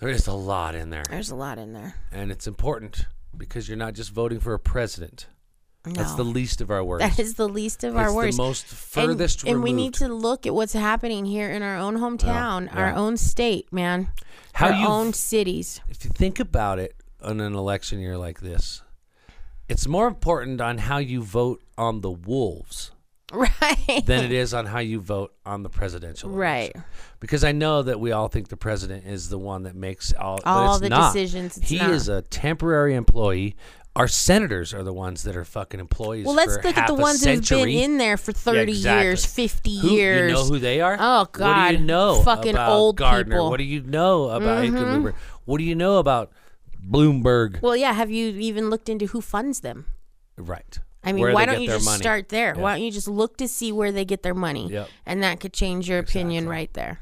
[SPEAKER 1] there is a lot in there,
[SPEAKER 2] There's a lot in there.
[SPEAKER 1] and it's important because you're not just voting for a president.
[SPEAKER 2] No.
[SPEAKER 1] That's the least of our worries.
[SPEAKER 2] That is the least of our
[SPEAKER 1] it's
[SPEAKER 2] worries.
[SPEAKER 1] the most
[SPEAKER 2] And-
[SPEAKER 1] furthest
[SPEAKER 2] and, we
[SPEAKER 1] removed.
[SPEAKER 2] need to look at what's happening here in our own hometown, our own state, man.
[SPEAKER 1] How
[SPEAKER 2] our
[SPEAKER 1] you
[SPEAKER 2] own cities.
[SPEAKER 1] if you think about it on an election year like this, it's more important on how you vote on the wolves
[SPEAKER 2] Right.
[SPEAKER 1] than it is on how you vote on the presidential. election.
[SPEAKER 2] Right.
[SPEAKER 1] because I know that we all think the president is the one that makes all, but
[SPEAKER 2] All
[SPEAKER 1] it's
[SPEAKER 2] the
[SPEAKER 1] not.
[SPEAKER 2] decisions, it's
[SPEAKER 1] he
[SPEAKER 2] not.
[SPEAKER 1] is a temporary employee Our senators are the ones that are fucking employees.
[SPEAKER 2] Well, let's
[SPEAKER 1] for
[SPEAKER 2] look at
[SPEAKER 1] half
[SPEAKER 2] the
[SPEAKER 1] a
[SPEAKER 2] ones who've been
[SPEAKER 1] century.
[SPEAKER 2] in there for 30
[SPEAKER 1] exactly.
[SPEAKER 2] years, 50
[SPEAKER 1] Who-
[SPEAKER 2] years.
[SPEAKER 1] You know who they are?
[SPEAKER 2] Oh,
[SPEAKER 1] What do
[SPEAKER 2] God.
[SPEAKER 1] you know
[SPEAKER 2] Fucking
[SPEAKER 1] about
[SPEAKER 2] old
[SPEAKER 1] Gardner?
[SPEAKER 2] people. Mm-hmm.
[SPEAKER 1] What do you know about Aitken Bloomberg? What do you know about Bloomberg?
[SPEAKER 2] well, yeah, have you even looked into who funds them?
[SPEAKER 1] Right.
[SPEAKER 2] I mean,
[SPEAKER 1] Where they
[SPEAKER 2] why don't
[SPEAKER 1] get
[SPEAKER 2] you
[SPEAKER 1] their
[SPEAKER 2] just
[SPEAKER 1] money.
[SPEAKER 2] start there?
[SPEAKER 1] Yeah.
[SPEAKER 2] Why don't you just look to see where they get their money?
[SPEAKER 1] Yep.
[SPEAKER 2] And that could change your opinion right there.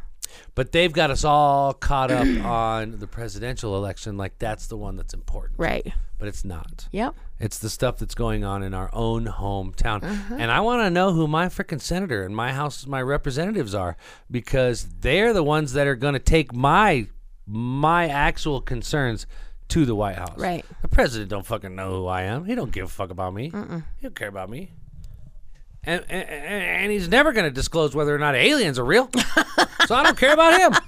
[SPEAKER 1] But they've got us all caught up on the presidential election, like that's the one that's important.
[SPEAKER 2] Right.
[SPEAKER 1] But it's not.
[SPEAKER 2] Yep.
[SPEAKER 1] It's the stuff that's going on in our own hometown. And I want to know who my freaking senator and my house, my representatives are, because they're the ones that are going to take my my actual concerns to the White House.
[SPEAKER 2] Right.
[SPEAKER 1] The president don't fucking know who I am. He don't give a fuck about me. He don't care about me. And, and, and he's never going to disclose whether or not aliens are real. so I don't care about him.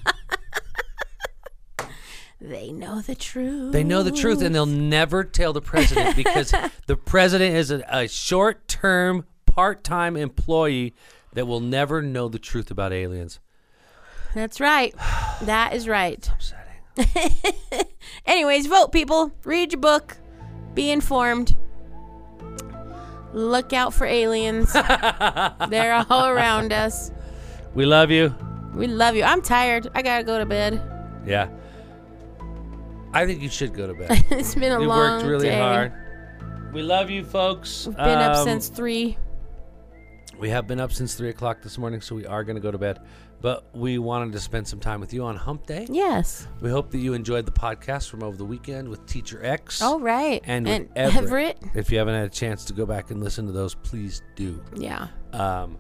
[SPEAKER 2] They know the truth.
[SPEAKER 1] They know the truth and they'll never tell the president because the president is a, a short term, part time employee that will never know the truth about aliens.
[SPEAKER 2] That's right. That is right. Anyways, vote, people. Read your book. Be informed. Look out for aliens. They're all around us.
[SPEAKER 1] We love you.
[SPEAKER 2] We love you. I'm tired. I gotta go to bed.
[SPEAKER 1] Yeah. I think you should go to bed.
[SPEAKER 2] it's been a
[SPEAKER 1] you
[SPEAKER 2] long
[SPEAKER 1] worked really
[SPEAKER 2] day.
[SPEAKER 1] hard. We love you, folks.
[SPEAKER 2] We've been up
[SPEAKER 1] Um,
[SPEAKER 2] since three.
[SPEAKER 1] We have been up since 3 o'clock this morning, so we are going to go to bed. But we wanted to spend some time with you on Hump Day.
[SPEAKER 2] Yes.
[SPEAKER 1] We hope that you enjoyed the podcast from over the weekend with Teacher X.
[SPEAKER 2] All Oh, right.
[SPEAKER 1] and, with
[SPEAKER 2] and
[SPEAKER 1] Everett. If you haven't had a chance to go back and listen to those, please do.
[SPEAKER 2] Yeah.
[SPEAKER 1] Um,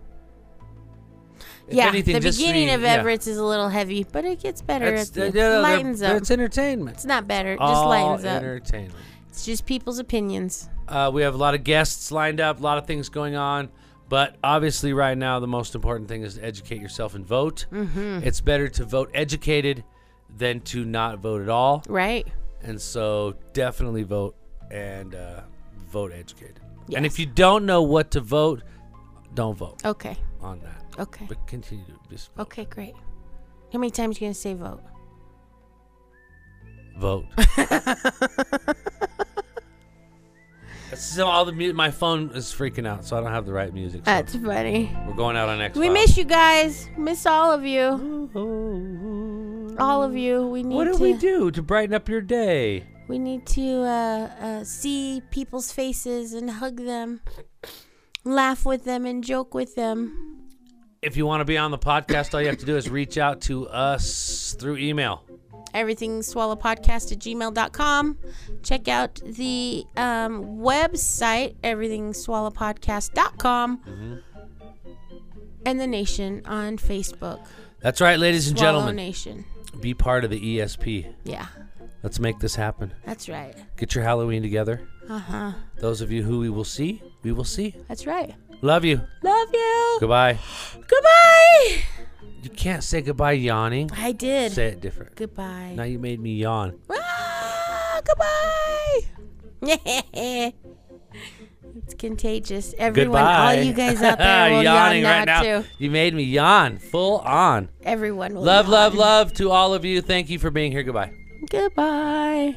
[SPEAKER 1] if
[SPEAKER 2] yeah.
[SPEAKER 1] anything,
[SPEAKER 2] the
[SPEAKER 1] just
[SPEAKER 2] beginning
[SPEAKER 1] the-
[SPEAKER 2] of
[SPEAKER 1] yeah.
[SPEAKER 2] Everett's is a little heavy, but it gets better.
[SPEAKER 1] That's-
[SPEAKER 2] It
[SPEAKER 1] uh, yeah, they're-
[SPEAKER 2] lightens up.
[SPEAKER 1] It's entertainment.
[SPEAKER 2] It's not better. It just
[SPEAKER 1] All
[SPEAKER 2] lightens up.
[SPEAKER 1] entertainment.
[SPEAKER 2] It's just people's opinions.
[SPEAKER 1] Uh, we have a lot of guests lined up, a lot of things going on. But obviously, right now, the most important thing is to educate yourself and vote.
[SPEAKER 2] Mm-hmm.
[SPEAKER 1] It's better to vote educated than to not vote at all.
[SPEAKER 2] Right.
[SPEAKER 1] And so definitely vote and uh, vote educated. And
[SPEAKER 2] Yes.
[SPEAKER 1] if you don't know what to vote, don't vote
[SPEAKER 2] Okay.
[SPEAKER 1] on that.
[SPEAKER 2] Okay.
[SPEAKER 1] But continue to just vote.
[SPEAKER 2] Okay, great. How many times you gonna say vote?
[SPEAKER 1] vote. That's just all the mu- my phone is freaking out, so I don't have the right music. So
[SPEAKER 2] That's funny.
[SPEAKER 1] we're going out on X.
[SPEAKER 2] Uh, We miss you guys. Miss all of you. All of you. We need
[SPEAKER 1] What do
[SPEAKER 2] to
[SPEAKER 1] we do to brighten up your day?
[SPEAKER 2] we need to uh, uh, see people's faces and hug them. Laugh with them and joke with them.
[SPEAKER 1] If you want to be on the podcast, all you have to do is reach out to us through email.
[SPEAKER 2] everything swallow podcast at gmail.com check out the um, website everything swallow podcast.com
[SPEAKER 1] Mm-hmm.
[SPEAKER 2] and the nation on facebook
[SPEAKER 1] That's right, ladies and
[SPEAKER 2] Swallow
[SPEAKER 1] gentlemen.
[SPEAKER 2] nation
[SPEAKER 1] Be part of the ESP.
[SPEAKER 2] yeah
[SPEAKER 1] Let's make this happen.
[SPEAKER 2] that's right
[SPEAKER 1] Get your Halloween together.
[SPEAKER 2] uh-huh
[SPEAKER 1] Those of you who we will see, we will see.
[SPEAKER 2] that's right
[SPEAKER 1] Love you.
[SPEAKER 2] love you
[SPEAKER 1] Goodbye.
[SPEAKER 2] goodbye
[SPEAKER 1] You can't say goodbye yawning.
[SPEAKER 2] i did
[SPEAKER 1] Say it different.
[SPEAKER 2] goodbye
[SPEAKER 1] Now you made me yawn.
[SPEAKER 2] ah, goodbye it's contagious everyone all you guys out there will
[SPEAKER 1] yawning
[SPEAKER 2] yawn
[SPEAKER 1] right now.
[SPEAKER 2] too
[SPEAKER 1] You made me yawn, full on.
[SPEAKER 2] everyone will
[SPEAKER 1] Love,
[SPEAKER 2] yawn.
[SPEAKER 1] love, love to all of you. Thank you for being here. Goodbye.
[SPEAKER 2] goodbye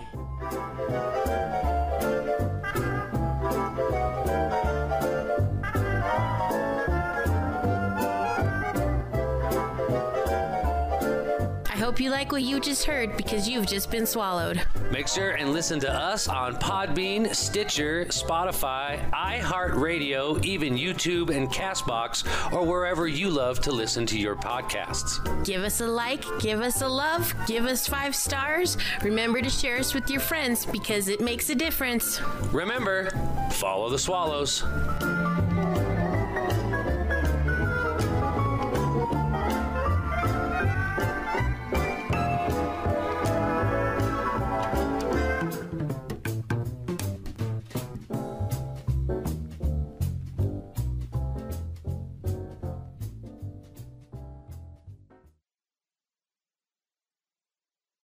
[SPEAKER 3] I hope you like what you just heard because you've just been swallowed.
[SPEAKER 1] Make sure and listen to us on Podbean, Stitcher, Spotify, iHeartRadio, even YouTube and Castbox, or wherever you love to listen to your podcasts.
[SPEAKER 3] Give us a like, give us a love, give us five stars. Remember to share us with your friends because it makes a difference.
[SPEAKER 1] Remember, follow the swallows.